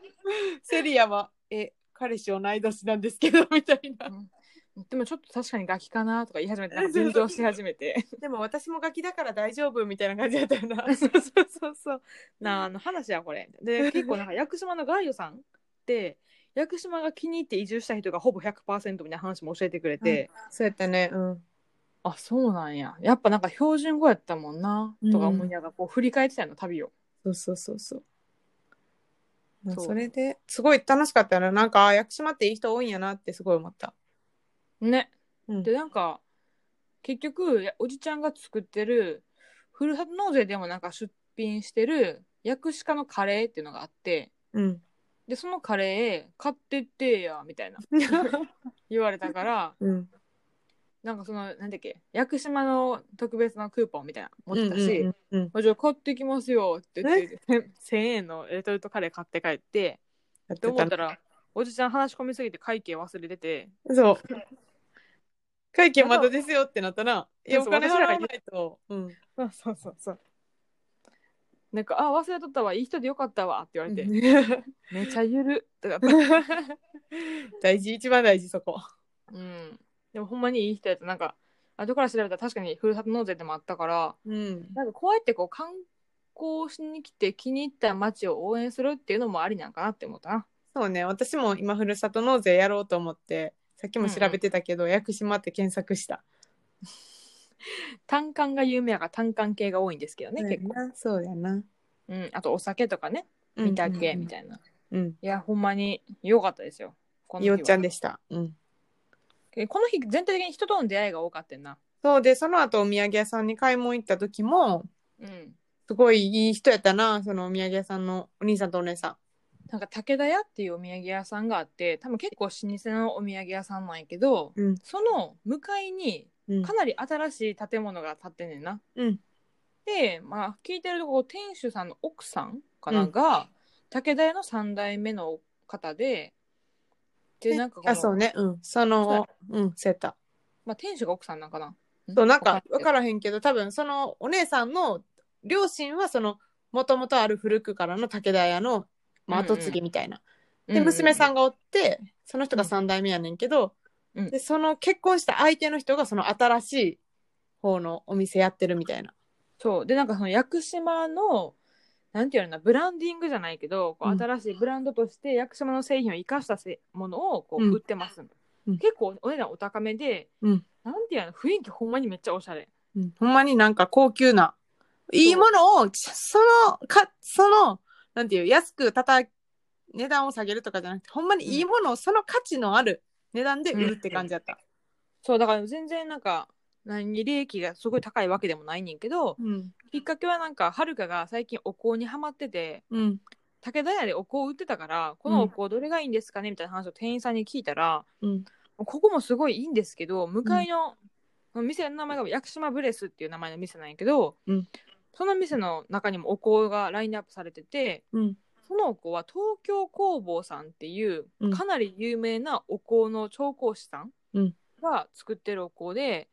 Speaker 2: セリアはえ彼氏同い年なんですけどみたいな
Speaker 1: でもちょっと確かにガキかなとか言い始めてなんか緊張し始めて
Speaker 2: でも私もガキだから大丈夫みたいな感じだったよ な
Speaker 1: そうそうそうなああの話やこれで結構なんか屋久島のガイドさんって屋久島が気に入って移住した人がほぼ100%みたいな話も教えてくれて、
Speaker 2: そうやったねうん
Speaker 1: あそうなんややっぱなんか標準語やったもんな、とか思いながらこう振り返ってたよな旅を
Speaker 2: そうそうそうそう。まあ
Speaker 1: そう
Speaker 2: それですごい楽しかったな。なんか、あ屋久島っていい人多いんやなってすごい思った。
Speaker 1: ね
Speaker 2: うん
Speaker 1: でなんか結局やおじちゃんが作ってるふるさと納税でもなんか出品してる薬師家のカレーっていうのがあって
Speaker 2: うん。
Speaker 1: でそのカレー買ってってやみたいな言われたから
Speaker 2: うん。
Speaker 1: なんかそのなんだっけ屋久島の特別なクーポンみたいなの持ってたし、
Speaker 2: うんうん
Speaker 1: あじゃあ買ってきますよって言って1000円 のレトルトカレー買って帰って
Speaker 2: やっ
Speaker 1: って
Speaker 2: て
Speaker 1: 思
Speaker 2: た
Speaker 1: った
Speaker 2: な。
Speaker 1: らおじちゃん話し込みすぎて会計忘れてて
Speaker 2: そう。 会見まだですよってなったな。いや、
Speaker 1: そ
Speaker 2: お
Speaker 1: うそう
Speaker 2: 金払わないと。うん。
Speaker 1: そうそうそうそうなんか「あ忘れとったわいい人でよかったわ」って言われてめちゃゆるってなった。
Speaker 2: 大事、一番大事、そこ。
Speaker 1: うん。でもほんまにいい人やった。なんか、後から調べたら確かにふるさと納税でもあったから、
Speaker 2: うん。
Speaker 1: なんかこうやってこう観光しに来て気に入った街を応援するっていうのもありなんかなって思ったな。
Speaker 2: そうね、私も今、ふるさと納税やろうと思って、さっきも調べてたけど、屋久島って検索した。
Speaker 1: 単管が有名やから単管系が多いんですけどね、結構。
Speaker 2: そうやな。
Speaker 1: うん。あとお酒とかね、見たけみたいな。い
Speaker 2: うん。
Speaker 1: や、ほんまに良かったですよ。この日
Speaker 2: いお
Speaker 1: は
Speaker 2: っちゃんでした。うん。
Speaker 1: えこの日、全体的に人との出会いが多かったな。
Speaker 2: そうで、その後お土産屋さんに買い物行った時も、
Speaker 1: うん。
Speaker 2: すごいいい人やったな、そのお土産屋さんのお兄さんとお姉さ
Speaker 1: なんか武田屋っていうお土産屋さんがあって多分結構老舗のお土産屋さんなんやけど、
Speaker 2: うん
Speaker 1: その向かいに
Speaker 2: ん。うん
Speaker 1: かなり新しい建物が建ってんねんな。
Speaker 2: うん
Speaker 1: で、まあ、聞いてるとこ店主さんの奥さんかな、
Speaker 2: うん
Speaker 1: が武田屋の3代目の方ででなんかこの
Speaker 2: あ、そうね。うん。その、うん、そうやった。
Speaker 1: まあ、店主が奥さんなんかな。
Speaker 2: そう、なんか、わ
Speaker 1: わかんない
Speaker 2: からへんけど、多分そのお姉さんの両親は、その、もともとある古くからの武田屋の、まあ、
Speaker 1: うんうん
Speaker 2: 後継ぎみたいな。
Speaker 1: うう
Speaker 2: で、娘さ
Speaker 1: ん
Speaker 2: んがおって、その人が3代目やねんけど、
Speaker 1: うん
Speaker 2: で、その結婚した相手の人が、その新しい方のお店やってるみたいな。
Speaker 1: そうでなんかその屋久島のなんていうのかなブランディングじゃないけどこう
Speaker 2: うん
Speaker 1: 新しいブランドとして屋久島の製品を生かしたせものをこう
Speaker 2: うん
Speaker 1: 売ってます、
Speaker 2: うん
Speaker 1: 結構お値段お高めで、
Speaker 2: うん
Speaker 1: なんていうの雰囲気ほんまにめっちゃおしゃれ
Speaker 2: うんほんまになんか高級な、いいものを、ちその、か、その、なんていう、安くたた、値段を下げるとかじゃなくて、ほんまにいいものを、その価値のある値段で売るって感じだった。
Speaker 1: そうだから全然なんか何に利益がすごい高いわけでもないねんけど、
Speaker 2: うん。
Speaker 1: きっかけはなんか、はるかが最近お香にハマってて、
Speaker 2: うん。
Speaker 1: 武田屋でお香売ってたから、このお香どれがいいんですかねみたいな話を店員さんに聞いたら、
Speaker 2: うん。
Speaker 1: ここもすごいいいんですけど向かいの、この店の名前が屋久島ブレスっていう名前の店なんやけど、
Speaker 2: うん
Speaker 1: その店の中にもお香がラインナップされてて
Speaker 2: うん。
Speaker 1: そのお香は東京工房さんっていう
Speaker 2: うん
Speaker 1: かなり有名なお香の調香師さん
Speaker 2: うん
Speaker 1: が作ってるお香で、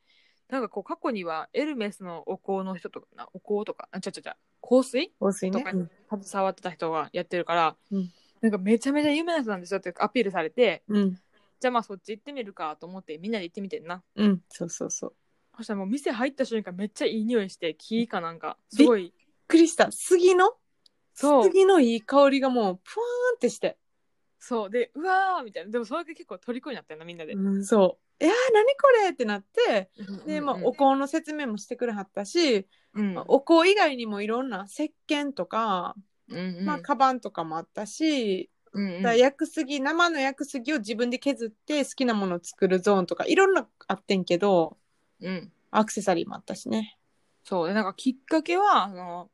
Speaker 1: なんかこう過去にはエルメスのお香の人とかなお香とかあちゃちゃちゃ香水
Speaker 2: 香水
Speaker 1: と
Speaker 2: ね
Speaker 1: か。に携わってた人がやってるから、
Speaker 2: うん
Speaker 1: なんかめちゃめちゃ有名な人なんですよってアピールされて。
Speaker 2: うん。
Speaker 1: じゃあまあそっち行ってみるかと思ってみんなで行ってみてんな。
Speaker 2: うん。そうそうそう。
Speaker 1: そしたらもう店入った瞬間めっちゃいい匂いして木かなんかすごい
Speaker 2: びっくりした。杉の
Speaker 1: そう
Speaker 2: 杉のいい香りがもう、ぷわーんってして。
Speaker 1: そうでうわーみたいなでもそれが結構虜になったよなみんなで。
Speaker 2: うん、そう。いやー、何これってなって、で、まあ、お
Speaker 1: お
Speaker 2: 香の説明もしてくれはったし、
Speaker 1: うん
Speaker 2: まあお香以外にもいろんな石鹸とか、
Speaker 1: うん
Speaker 2: まあ、カバンとかもあったし、
Speaker 1: うんうん
Speaker 2: だから薬杉、生の薬杉を自分で削って好きなものを作るゾーンとか、いろんなあってんけど、
Speaker 1: うん
Speaker 2: アクセサリーもあったしね。
Speaker 1: そうでなんかきっかけはあの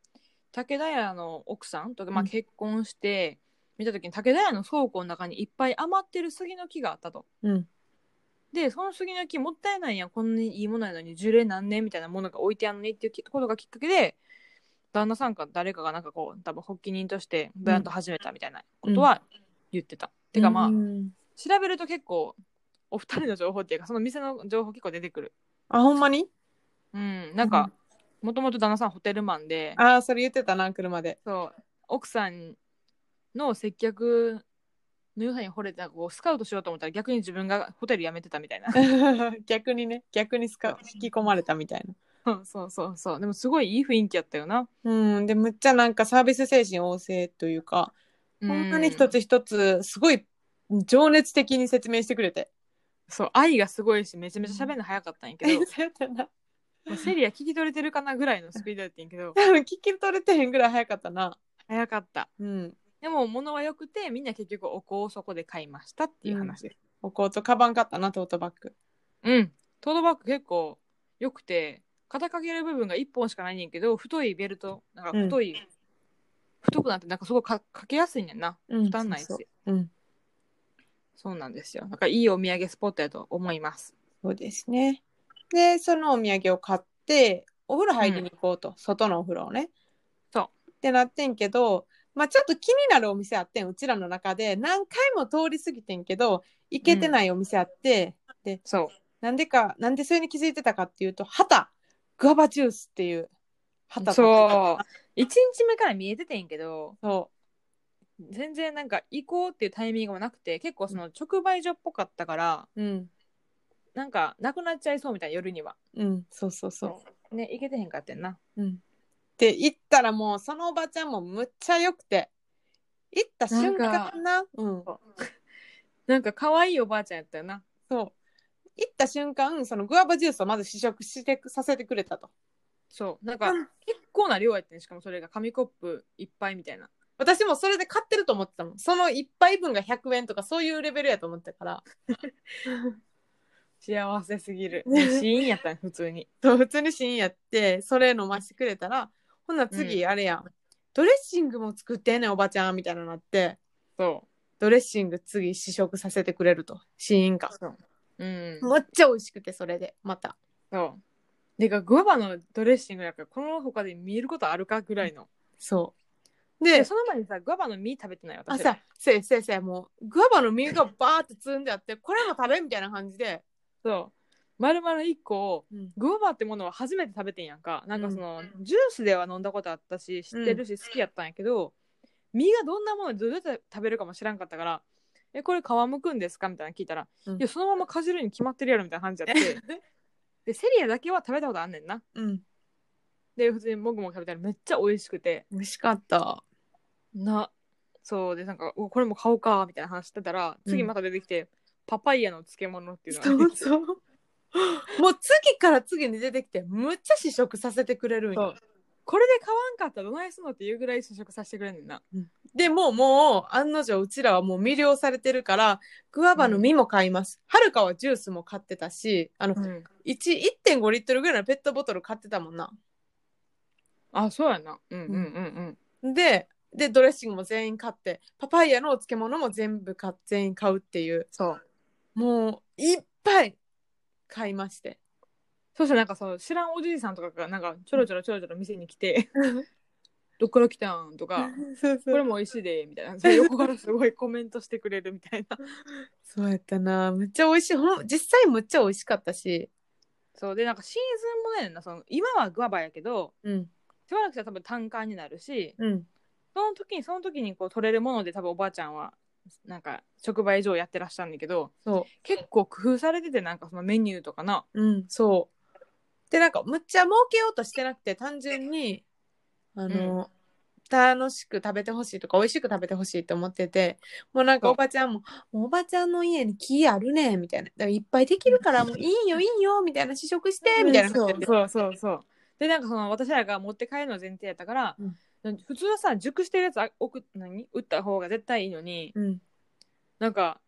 Speaker 1: 武田屋の奥さんとか、まあ、
Speaker 2: うん
Speaker 1: 結婚して見た時に武田屋の倉庫の中にいっぱい余ってる杉の木があったと。
Speaker 2: うん。
Speaker 1: でその杉の木もったいないやんこんなにいいものやのに樹齢何年みたいなものが置いてあんのにっていうきことがきっかけで旦那さんか誰かがなんかこう多分発起人としてブランド始めたみたいなことは言ってた。てかまあ、
Speaker 2: うん
Speaker 1: 調べると結構お二人の情報っていうかその店の情報結構出てくる。
Speaker 2: あ、ほんまに
Speaker 1: うんなんかもともと旦那さんホテルマンで
Speaker 2: ああ、それ言ってたな、車で。
Speaker 1: そう奥さんの接客の良さに惚れてなんかこうスカウトしようと思ったら逆に自分がホテル辞めてたみたいな。
Speaker 2: 逆にね、逆にスカ引き込まれたみたいな。
Speaker 1: そう そうそうそうでもすごいいい雰囲気やったよな
Speaker 2: うん、で、むっちゃなんかサービス精神旺盛というか、本当に一
Speaker 1: うん
Speaker 2: つ一つ、すごい情熱的に説明してくれて。
Speaker 1: そう愛がすごいしめちゃめちゃ喋るの早かったんやけ ど、
Speaker 2: そうやったな。
Speaker 1: まあセリア聞き取れてるかなぐらいのスピードやってんけど
Speaker 2: 多分聞き取れてへんぐらい早かったな。
Speaker 1: 早かった
Speaker 2: うん。
Speaker 1: でも物は良くてみんな結局お香をそこで買いましたっていう話です
Speaker 2: お香とカバン買ったな、トートバッグ。
Speaker 1: うん、トートバッグ結構良くて肩掛ける部分が1本しかないねんけど太いベルトなんか太い、太くなってなんかすごいかかけやすいねんな
Speaker 2: うん
Speaker 1: 負担ないし、
Speaker 2: そ
Speaker 1: そう
Speaker 2: うそううん。
Speaker 1: なんですよなんかいいお土産スポットやと思います
Speaker 2: そうですね。で、そのお土産を買って、お風呂入りに行こうと、外のお風呂をね。。
Speaker 1: そう
Speaker 2: ってなってんけど、まあちょっと気になるお店あってん、うちらの中で、何回も通り過ぎてんけど、行けてないお店あって、
Speaker 1: そう
Speaker 2: なんでか、なんでそれに気づいてたかっていうと、旗、グアバジュースっていう旗
Speaker 1: そう1日目から見えててんけど
Speaker 2: う。そ
Speaker 1: 全然なんか行こうっていうタイミングもなくて結構その直売所っぽかったから
Speaker 2: う。うん。
Speaker 1: なんかなくなっちゃいそうみたいな夜には
Speaker 2: うん。そうそうそ
Speaker 1: ね行けてへんかってんな
Speaker 2: う。うん。で、行ったらもう、そのおばちゃんもむっちゃ良くて、行った瞬間な、うん。
Speaker 1: なんか可愛いおばあちゃんやったよな
Speaker 2: そう。行った瞬間、そのグアバジュースをまず試食してさせてくれたと。
Speaker 1: そうなんか
Speaker 2: うん
Speaker 1: 結構な量やってんしかもそれが紙コップいっぱいみたいな
Speaker 2: 私もそれで買ってると思ってたもん。その一杯分が100円とかそういうレベルやと思ってたから。
Speaker 1: 幸せすぎるシーンやったん普通に
Speaker 2: そう普通にシーンやって、それ飲ましてくれたら、ほな次あれやん。ドレッシングも作ってんねんおばちゃんみたいなのなって、
Speaker 1: そ
Speaker 2: ドレッシング次試食させてくれると。シーンが。
Speaker 1: ううん
Speaker 2: むっちゃ美味しくて、それで。また。
Speaker 1: そうでかグアバのドレッシングやからこの他で見えることあるかぐらいの
Speaker 2: そう。
Speaker 1: で
Speaker 2: で、
Speaker 1: その前にさグアバの実食べてない
Speaker 2: あ
Speaker 1: 私ら
Speaker 2: さ、せやせやせや、もう、グアバの実がバーって積んであって、これも食べみたいな感じで。
Speaker 1: そう丸々1個を
Speaker 2: うん
Speaker 1: グアバってものは初めて食べてんやんかなんかその、ジュースでは飲んだことあったし知ってるし好きやったんやけど、実がどんなものでどうやって食べるかも知らんかったから「えこれ皮むくんですか?」みたいなの聞いたら「
Speaker 2: うん
Speaker 1: いやそのままかじるに決まってるやろ」みたいな感じやって でセリアだけは食べたことあんねんな
Speaker 2: うん。
Speaker 1: で普通にもぐもぐ食べたらめっちゃ美味しくて
Speaker 2: 美味しかった。
Speaker 1: なそうでなんか「おこれも買おうか」みたいな話してたら次また出てきて、パパイヤの漬物っていうのが出てきて
Speaker 2: そう。 もう次から次に出てきて、むっちゃ試食させてくれるん
Speaker 1: そ
Speaker 2: よ
Speaker 1: う。これで買わんかったらどないすんのっていうぐらい試食させてくれんねんな。
Speaker 2: でもうもう案の定うちらはもう魅了されてるからグアバの実も買います、はるかはジュースも買ってたしあの、
Speaker 1: うん。
Speaker 2: 一1.5リットルぐらいのペットボトル買ってたもんな
Speaker 1: あ、そうやな。うんうんうん
Speaker 2: ででドレッシングも全員買ってパパイヤのお漬物も全部買全員買うっていう
Speaker 1: そう。
Speaker 2: もういっぱい買いまして
Speaker 1: そしたらなんかさ、知らんおじいさんとかがなんかちょろちょろちょろちょろ店に来 て、どっから来たんとか、
Speaker 2: そう
Speaker 1: これも美味しいで、みたいな。それ横からすごいコメントしてくれるみたいな。
Speaker 2: そうやったなめっちゃ美味しいほん実際むっちゃ美味しかったし
Speaker 1: そう。で、なんかシーズンもねんな、その、今はグアバやけど、
Speaker 2: うん
Speaker 1: しばらくしたら多分単価になるし、
Speaker 2: うん
Speaker 1: その時にその時にこう取れるもので多分おばあちゃんは、なんか直売所をやってらっしゃるんだけど、
Speaker 2: そう
Speaker 1: 結構工夫されてて、なんかそのメニューとかな。
Speaker 2: うん、そう。で、なんか、むっちゃ儲けようとしてなくて、単純に、あの、楽しく食べてほしいとか、美味しく食べてほしいと思ってて、もうなんか、
Speaker 1: そう
Speaker 2: おばちゃんも、もうおばちゃんの家に木あるね、みたいな。だからいっぱいできるから、もういいよ、いいよ、みたいな、試食して、みたいな感
Speaker 1: そう
Speaker 2: じで。
Speaker 1: そうそうそうでなんかその私らが持って帰るの前提やったから、
Speaker 2: うん
Speaker 1: 普通はさ熟してるやつあ送っ何打った方が絶対いいのに
Speaker 2: うん、
Speaker 1: なんか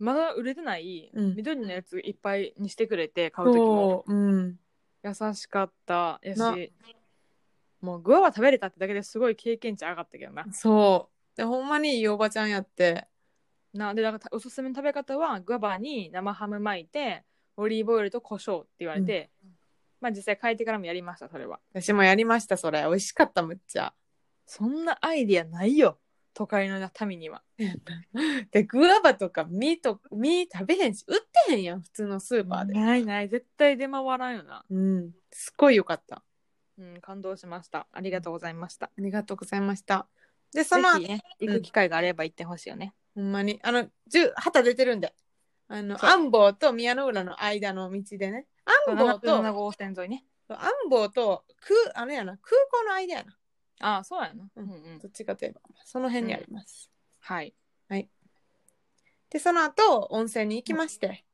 Speaker 1: まだ売れてない
Speaker 2: うん
Speaker 1: 緑のやついっぱいにしてくれて買う時も
Speaker 2: そう、うん。
Speaker 1: 優しかったや
Speaker 2: な
Speaker 1: しもうグアバ食べれたってだけですごい経験値上がったけどな
Speaker 2: そう。で、ほんまにいいおばちゃんやって、
Speaker 1: なでなんかおすすめの食べ方はグアバに生ハム巻いてオリーブオイルと胡椒って言われて、まあ実際変えてからもやりましたそれは
Speaker 2: 私もやりました、それ。美味しかった、むっちゃ。
Speaker 1: そんなアイディアないよ。都会の民には。
Speaker 2: で、グアバとか、ミと、ミ食べへんし、売ってへんやん、普通のスーパーで。
Speaker 1: ないない、絶対出回らんよな。
Speaker 2: うん、すっごい良かった。
Speaker 1: うん、感動しました。ありがとうございました。
Speaker 2: ありがとうございました。で、そ
Speaker 1: ぜ
Speaker 2: の、
Speaker 1: ひね、
Speaker 2: うん
Speaker 1: 行く機会があれば行ってほしいよね。
Speaker 2: ほんまに、あの、じゅ旗出てるんで、あの、
Speaker 1: そう
Speaker 2: 安房と宮の浦の間の道でね、安房と、
Speaker 1: 7
Speaker 2: 安
Speaker 1: 号線沿いね。
Speaker 2: 房と、空、あれやな、空港の間やな。
Speaker 1: ああ、そうやな。
Speaker 2: う
Speaker 1: うんんうん。
Speaker 2: どっちかといえば、その辺にあります。
Speaker 1: はい。
Speaker 2: で、その後、温泉に行きまして、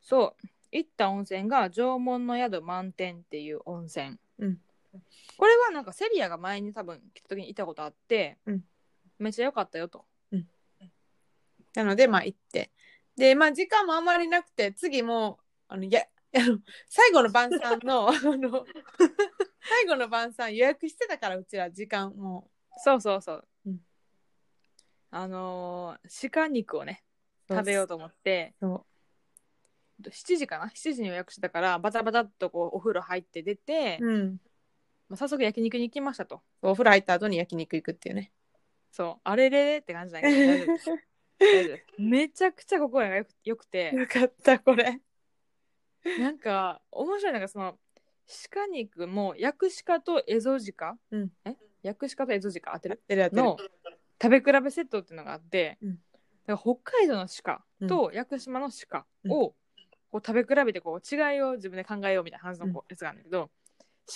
Speaker 1: そう。行った温泉が縄文の宿満点っていう温泉。
Speaker 2: うん
Speaker 1: これはなんかセリアが前に多分来た時に行ったことあって、
Speaker 2: うん
Speaker 1: めっちゃ良かったよと。
Speaker 2: なので、まあ行って。で、まあ時間もあんまりなくて、次もう、あの、や、 あの、最後の晩餐の、 あ の、最後の晩餐予約してたから、うちら時間も
Speaker 1: そうそうそう。
Speaker 2: うん
Speaker 1: あのー鹿肉をね、
Speaker 2: う
Speaker 1: 食べようと思って、
Speaker 2: そう。
Speaker 1: 7時かな7時に予約してたからバタバタっとこうお風呂入って出て、
Speaker 2: うん。
Speaker 1: まあ、早速焼肉に行きましたと
Speaker 2: お風呂入った後に焼肉行くっていうね。
Speaker 1: そうあれれれって感じなんやけど大丈夫です大丈夫ですめちゃくちゃ心がよくよくて
Speaker 2: よかった、これ。
Speaker 1: なんか面白いのがその鹿肉も薬師鹿とエゾジカ、
Speaker 2: うん
Speaker 1: え薬師鹿とエゾジカ当てる
Speaker 2: てるやってる
Speaker 1: の食べ比べセットっていうのがあって、
Speaker 2: う
Speaker 1: だ
Speaker 2: ん
Speaker 1: から北海道の鹿と屋久島の鹿をこう食べ比べてこう違いを自分で考えようみたいな話のこうやつがあるんだけど、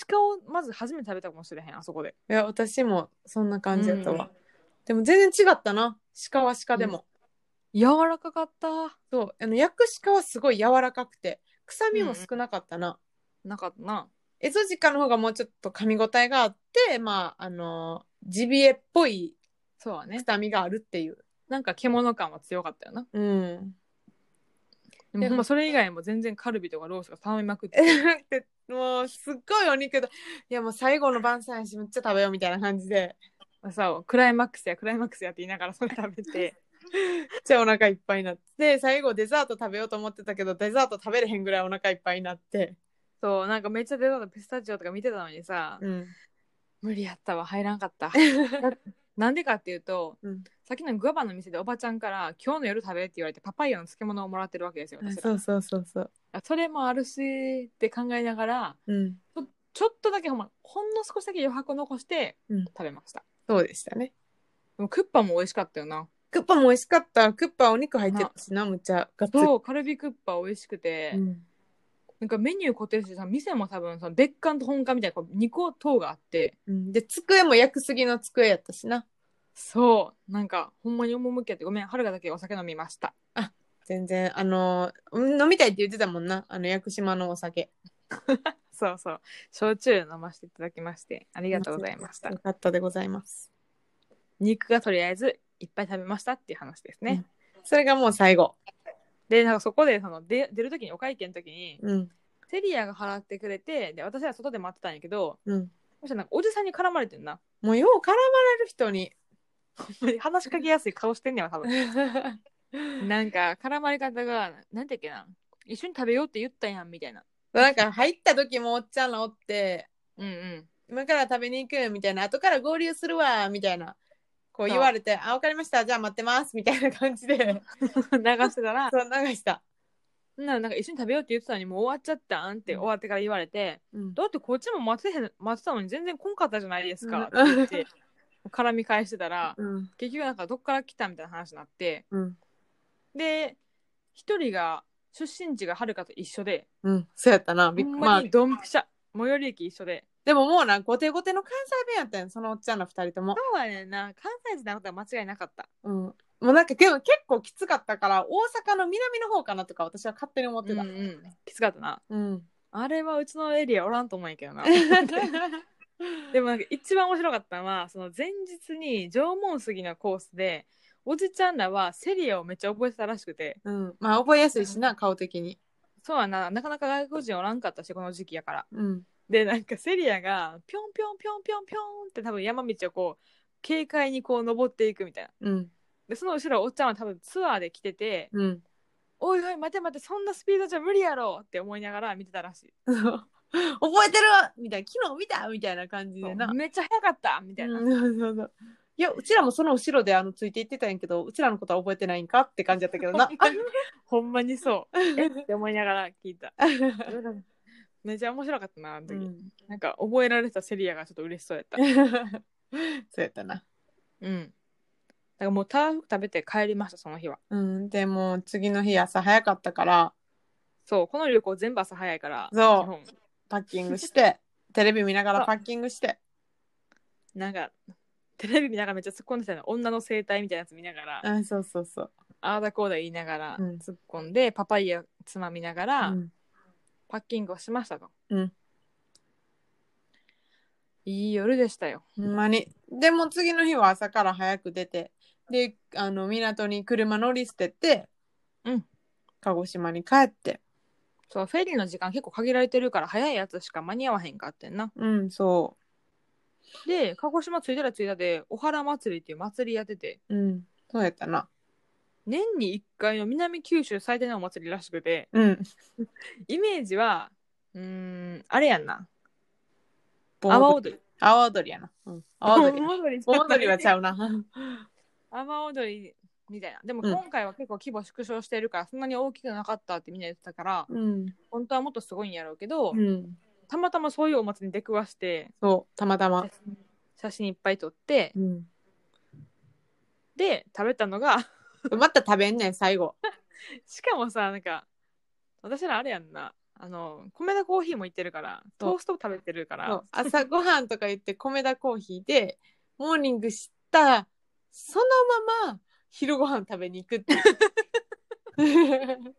Speaker 1: 鹿をまず初めて食べたかもしれへんあそこで
Speaker 2: いや、私もそんな感じやったわ。でも全然違ったな。鹿は鹿でも。
Speaker 1: 柔らかかった
Speaker 2: そう。あの、ヤクシカはすごい柔らかくて、臭みも少なかったな。
Speaker 1: なかったな
Speaker 2: エゾジカの方がもうちょっと噛み応えがあって、まあ、あの、ジビエっぽい
Speaker 1: そうはね
Speaker 2: 臭みがあるっていう。
Speaker 1: なんか獣感は強かったよな
Speaker 2: うん。
Speaker 1: でもほんまそれ以外も全然カルビとかロースとか頼みまくっ
Speaker 2: え
Speaker 1: て
Speaker 2: なんて、もう、すっごいお肉だ。いや、もう最後の晩餐やし、めっちゃ食べようみたいな感じで。
Speaker 1: さクライマックスやクライマックスやって言いながらそれ食べ て
Speaker 2: めっちゃお腹いっぱいになって最後デザート食べようと思ってたけどデザート食べれへんぐらいお腹いっぱいになって、
Speaker 1: そうなんかめっちゃデザートピスタチオとか見てたのにさ、
Speaker 2: うん、
Speaker 1: 無理やったわ入らんかった なんでかっていうと、
Speaker 2: うん
Speaker 1: さっきのグアバの店でおばちゃんから「今日の夜食べ」って言われてパパイヤの漬物をもらってるわけですよ私ら
Speaker 2: そうそうそうそう、
Speaker 1: あそれもあるしって考えながら
Speaker 2: うん、
Speaker 1: ちょっとだけほん,、ま、ほんの少しだけ余白を残して
Speaker 2: うん
Speaker 1: 食べました、
Speaker 2: そうでしたね
Speaker 1: でもクッパも美味しかったよな
Speaker 2: クッパも美味しかったクッパお肉入ってるしなむっちゃガッツリ
Speaker 1: そうカルビクッパ美味しくて、
Speaker 2: うん
Speaker 1: なんかメニュー固定してさ店も多分さ別館と本館みたいなこう2個等があって
Speaker 2: うん、で机も屋久杉の机やったしな
Speaker 1: そうなんかほんまに趣あってごめんはるかだけお酒飲みました
Speaker 2: 全然あのーうん飲みたいって言ってたもんなあの屋久島のお酒
Speaker 1: そうそう。焼酎飲ませていただきまして、ありがとうございました
Speaker 2: よ。かったでございます。
Speaker 1: 肉がとりあえずいっぱい食べましたっていう話ですね。
Speaker 2: それがもう最後。
Speaker 1: で、なんかそこでその出出るときに、お会計のときに、
Speaker 2: うん。
Speaker 1: セリアが払ってくれて、で、私は外で待ってたんやけど、
Speaker 2: うん。
Speaker 1: そしたらなんかおじさんに絡まれてんな。
Speaker 2: もうよう絡まれる人 に。
Speaker 1: 話しかけやすい顔してんねやわ、多分。なんか絡まれ方が、なんてっけな。一緒に食べようって言ったやんみたいな。
Speaker 2: なんか入った時もおっちゃんらおって、
Speaker 1: うんうん。
Speaker 2: 今から食べに行くみたいな、後から合流するわみたいな、こう
Speaker 1: そう
Speaker 2: 言われて、あ、わかりました、じゃあ待ってますみたいな感じ で、
Speaker 1: 流してた ら、
Speaker 2: そう流した。
Speaker 1: ななんか一緒に食べようって言ってたのにもう終わっちゃったんって終わってから言われて、
Speaker 2: うん
Speaker 1: だってこっちも待ってへん待ってたのに全然来んかったじゃないですかって
Speaker 2: うん
Speaker 1: 言って絡み返してたら
Speaker 2: うん。
Speaker 1: 結局なんかどっから来たみたいな話になって
Speaker 2: うん。
Speaker 1: で一人が出身地がはるかと一緒で
Speaker 2: うん。そうやったな。
Speaker 1: ほ
Speaker 2: びっく
Speaker 1: ん
Speaker 2: ま
Speaker 1: ま
Speaker 2: あ
Speaker 1: に、ドンピシャ最寄り駅一緒で
Speaker 2: でももうな、後手後手の関西弁やったやん、そのおっちゃんら二人とも。
Speaker 1: そうはねんな関西人なことは間違いなかった
Speaker 2: うん。もうなんか、でも結構きつかったから、大阪の南の方かなとか私は勝手に思って
Speaker 1: うんう
Speaker 2: た。
Speaker 1: んきつかったな
Speaker 2: うん。
Speaker 1: あれはうちのエリアおらんと思うんやけ どな
Speaker 2: で
Speaker 1: でもなんか一番面白かったのはその前日に縄文杉のコースでおじちゃんらはセリアをめっちゃ覚えてたらしくて
Speaker 2: うん、まあ覚えやすいしな顔的に。
Speaker 1: そうやななかなか外国人おらんかったしこの時期やから
Speaker 2: うん、
Speaker 1: でなんかセリアがピョンピョンピョンピョンピョンって多分山道をこう軽快にこう登っていくみたいな
Speaker 2: うん、
Speaker 1: でその後ろおっちゃんは多分ツアーで来てて
Speaker 2: うん。
Speaker 1: 「おいおい待て待てそんなスピードじゃ無理やろ!」って思いながら見てたらしい
Speaker 2: 覚えてるみたいな昨日見たみたいな感じでな。
Speaker 1: めっちゃ速かったみたいな、
Speaker 2: うんそうそうそういやうちらもその後ろであのついていってたんやけどうちらのことは覚えてないんかって感じだったけど な。
Speaker 1: ほんまにそう えって思いながら聞いためちゃ面白かったなあの
Speaker 2: う
Speaker 1: 時、
Speaker 2: ん、
Speaker 1: なんか覚えられたセリアがちょっと嬉しそうやった。
Speaker 2: そうやったな。
Speaker 1: うん。だからもうターフ食べて帰りました、その日は。
Speaker 2: うん、でも次の日朝早かったから
Speaker 1: そう、この旅行全部朝早いから、
Speaker 2: そう
Speaker 1: 基本
Speaker 2: パッキン グしてテレビ見ながらパッキングして
Speaker 1: なんか、テレビ見ながらめっちゃ突っ込んでたの。女の生態みたいなやつ見ながら、
Speaker 2: あそうそうそう。
Speaker 1: ああだこうだ言いながら
Speaker 2: うん
Speaker 1: 突っ込んで、パパイヤつまみながら、
Speaker 2: うん
Speaker 1: パッキングをしましたと。
Speaker 2: うん
Speaker 1: いい夜でしたよ。
Speaker 2: ほんまに。でも次の日は朝から早く出て、で、あの、港に車乗り捨てて、
Speaker 1: うん。
Speaker 2: 鹿児島に帰って、
Speaker 1: そう、フェリーの時間結構限られてるから、早いやつしか間に合わへんかってんな。
Speaker 2: うん、そ
Speaker 1: で、鹿児島着いたら着いたで、お原祭りっていう祭りやってて、
Speaker 2: う。うん、そうやったな。
Speaker 1: 年に1回の南九州最大のお祭りらしくて
Speaker 2: うん。
Speaker 1: イメージはうーんあれやんな
Speaker 2: 盆
Speaker 1: 阿波
Speaker 2: 踊り。
Speaker 1: 踊り
Speaker 2: 阿波踊りやな。うん。阿波踊りや。
Speaker 1: 踊り
Speaker 2: 盆踊 りはち
Speaker 1: ゃう
Speaker 2: ゃうな。
Speaker 1: 阿波踊りみたいなでも
Speaker 2: うん
Speaker 1: 今回は結構規模縮小してるからそんなに大きくなかったってみんな言ってたから
Speaker 2: うん。
Speaker 1: 本当はもっとすごいんやろうけど、
Speaker 2: うん。
Speaker 1: たまたまそういうお祭りに出くわして
Speaker 2: そう、たまたま。
Speaker 1: 写真いっぱい撮って
Speaker 2: うん。
Speaker 1: で食べたのが
Speaker 2: また食べんねん、最後。
Speaker 1: しかもさなんか私らあれやんなあの米田コーヒーも行ってるから
Speaker 2: そう
Speaker 1: トーストを食べてるか
Speaker 2: そ
Speaker 1: ら
Speaker 2: う朝ごはんとか言って、米田コーヒーで、モーニングした、そのまま、昼ごはん食べに行くっていう。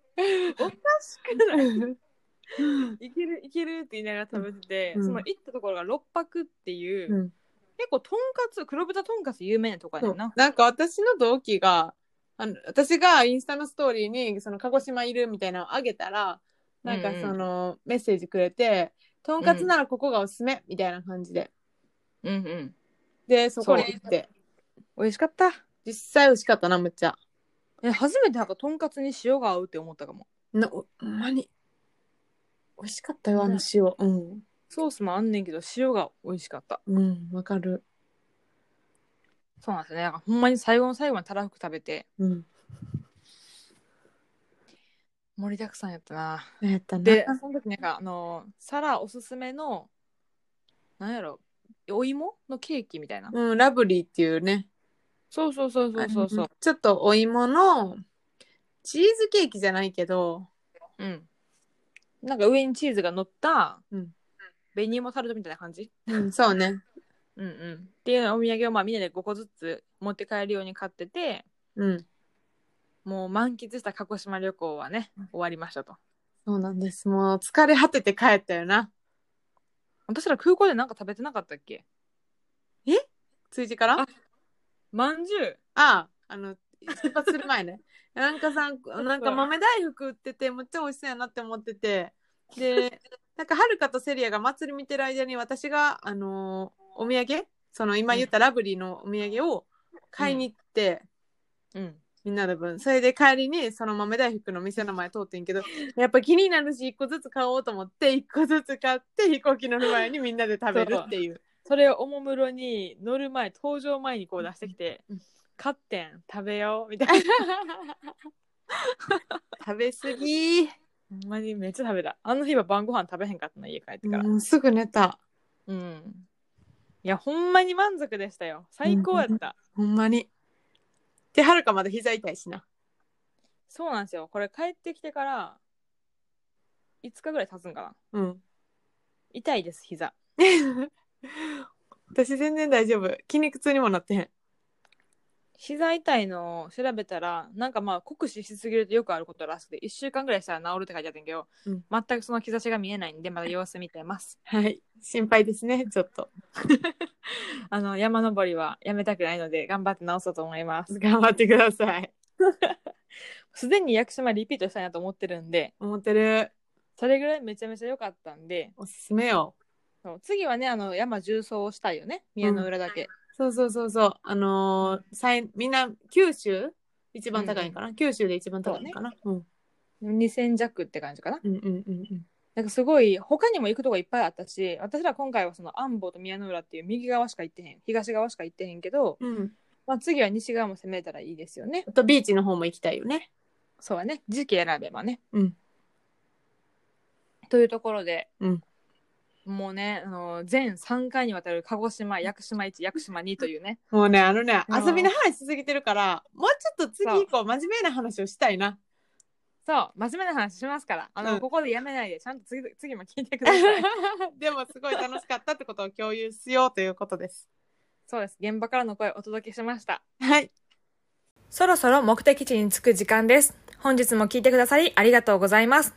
Speaker 1: おかしくないいけるいけるって言いながら食べてて、
Speaker 2: うん
Speaker 1: その行ったところが六白っていう、
Speaker 2: うん
Speaker 1: 結構とんかつ黒豚とんかつ有名なとこやねんな
Speaker 2: なんか私の同期があの私がインスタのストーリーにその鹿児島いるみたいなのをあげたらなんか
Speaker 1: うんうん
Speaker 2: その、メッセージくれて「とんかつならここがおすすめ」みたいな感じで
Speaker 1: うんうん
Speaker 2: でそこに行って
Speaker 1: 美味しかった
Speaker 2: 実際美味しかったなむっちゃ
Speaker 1: え初めてなんかとんかつに塩が合うって思ったかも
Speaker 2: なおほんまに美味しかったよあ
Speaker 1: ね
Speaker 2: の塩うん
Speaker 1: ソースもあんねんけど塩が美味しかった
Speaker 2: うんわかる
Speaker 1: そうなんですよねなんかほんまに最後の最後にたらふく食べて
Speaker 2: うん
Speaker 1: 盛りだくさんやったな
Speaker 2: やったな
Speaker 1: でその時なんかあの皿おすすめのなんやろお芋のケーキみたいな、
Speaker 2: うんラブリーっていうね
Speaker 1: そうそうそうそうそうそう
Speaker 2: ちょっとお芋のチーズケーキじゃないけど
Speaker 1: うん。なんか上にチーズが乗った、
Speaker 2: うん
Speaker 1: 紅芋タルトみたいな感じ。
Speaker 2: うんそうね
Speaker 1: うんうん。っていうお土産をまあみんなで5個ずつ持って帰るように買ってて、
Speaker 2: うん
Speaker 1: もう満喫した鹿児島旅行はね、終わりましたと。
Speaker 2: そうなんです。もう疲れ果てて帰ったよな。
Speaker 1: 私ら空港でなんか食べてなかったっけ
Speaker 2: 築地から
Speaker 1: あまんじゅう
Speaker 2: ああ、あの、出発する前 ね。なんかさん、なんか豆大福売ってて、めっちゃ美味しそうやなって思ってて。 で、なんか、はるかとセリアが祭り見てる間に、私が、あのーお土産、その今言ったラブリーのお土産を買いに行って、
Speaker 1: うん。
Speaker 2: みんなの分。それで帰りに、その豆大福の店の前通ってんけど、やっぱ気になるし、一個ずつ買おうと思って、一個ずつ買って、飛行機乗る前にみんなで食べるっていう。
Speaker 1: それをおもむろに乗る前、登場前にこう出してきて
Speaker 2: うん、
Speaker 1: 買ってん、食べよう、みたい な。
Speaker 2: 食べ過ぎ
Speaker 1: ほんまにめっちゃ食べた。あの日は晩ご飯食べへんかったな、家帰ってから。
Speaker 2: うん、すぐ寝た。
Speaker 1: うん。いや、ほんまに満足でしたよ。最高やった。
Speaker 2: ほんまに。で、はるかまだ膝痛いしな。
Speaker 1: そうなんですよ。これ帰ってきてから、5日ぐらい経つんかな。
Speaker 2: うん。
Speaker 1: 痛いです、膝。
Speaker 2: 私全然大丈夫。筋肉痛にもなってへん。
Speaker 1: 膝痛いのを調べたらなんかまあ酷使しすぎるとよくあることらしくて1週間ぐらいしたら治るって書いてあったんやけど、
Speaker 2: うん
Speaker 1: 全くその兆しが見えないんでまだ様子見てます
Speaker 2: はい。心配ですね、ちょっと。
Speaker 1: あの山登りはやめたくないので頑張って治そうと思います
Speaker 2: 頑張ってください。
Speaker 1: すでに屋久島リピートしたいなと思ってるんで
Speaker 2: 思ってる。
Speaker 1: それぐらいめちゃめちゃ良かったんで
Speaker 2: おすすめよ。
Speaker 1: そう次はねあの山重走をしたいよね宮の浦だけ、
Speaker 2: そうそうそうそう。あのー最みんな、九州一番高いんかな、九州で一番高いんかなう,、
Speaker 1: 2000弱って感じかなん
Speaker 2: うんうんうんうん。
Speaker 1: なんかすごい他にも行くとこいっぱいあったし私ら今回はその安房と宮の浦っていう右側しか行ってへん東側しか行ってへんけど、
Speaker 2: うん。
Speaker 1: まあ、次は西側も攻めたらいいですよね。
Speaker 2: あと、ビーチの方も行きたいよね。
Speaker 1: そうやね。時期選べばね。
Speaker 2: うん。
Speaker 1: というところで、
Speaker 2: うん
Speaker 1: もうね、あの全3回にわたる鹿児島、屋久島1、屋久島2というね。
Speaker 2: もうね、あのね、
Speaker 1: うん
Speaker 2: 遊びの話しすぎてるから、もうちょっと次以降、真面目な話をしたいな。
Speaker 1: そう、真面目な話しますから、あの、
Speaker 2: うん
Speaker 1: ここでやめないで、ちゃんと次次も聞いてくだ さい。
Speaker 2: でも、すごい楽しかったってことを共有しようということです。
Speaker 1: そうです。現場からの声お届けしました。
Speaker 2: はい。
Speaker 1: そろそろ目的地に着く時間です。本日も聞いてくださりありがとうございます。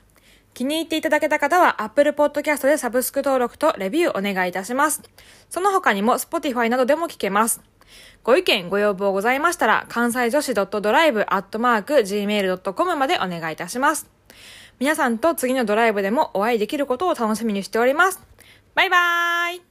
Speaker 1: 気に入っていただけた方は Apple Podcast でサブスク登録とレビューお願いいたします。その他にも Spotify などでも聞けます。ご意見、ご要望ございましたら、関西女子 .drive.gmail.com までお願いいたします。皆さんと次のドライブでもお会いできることを楽しみにしております。バイバーイ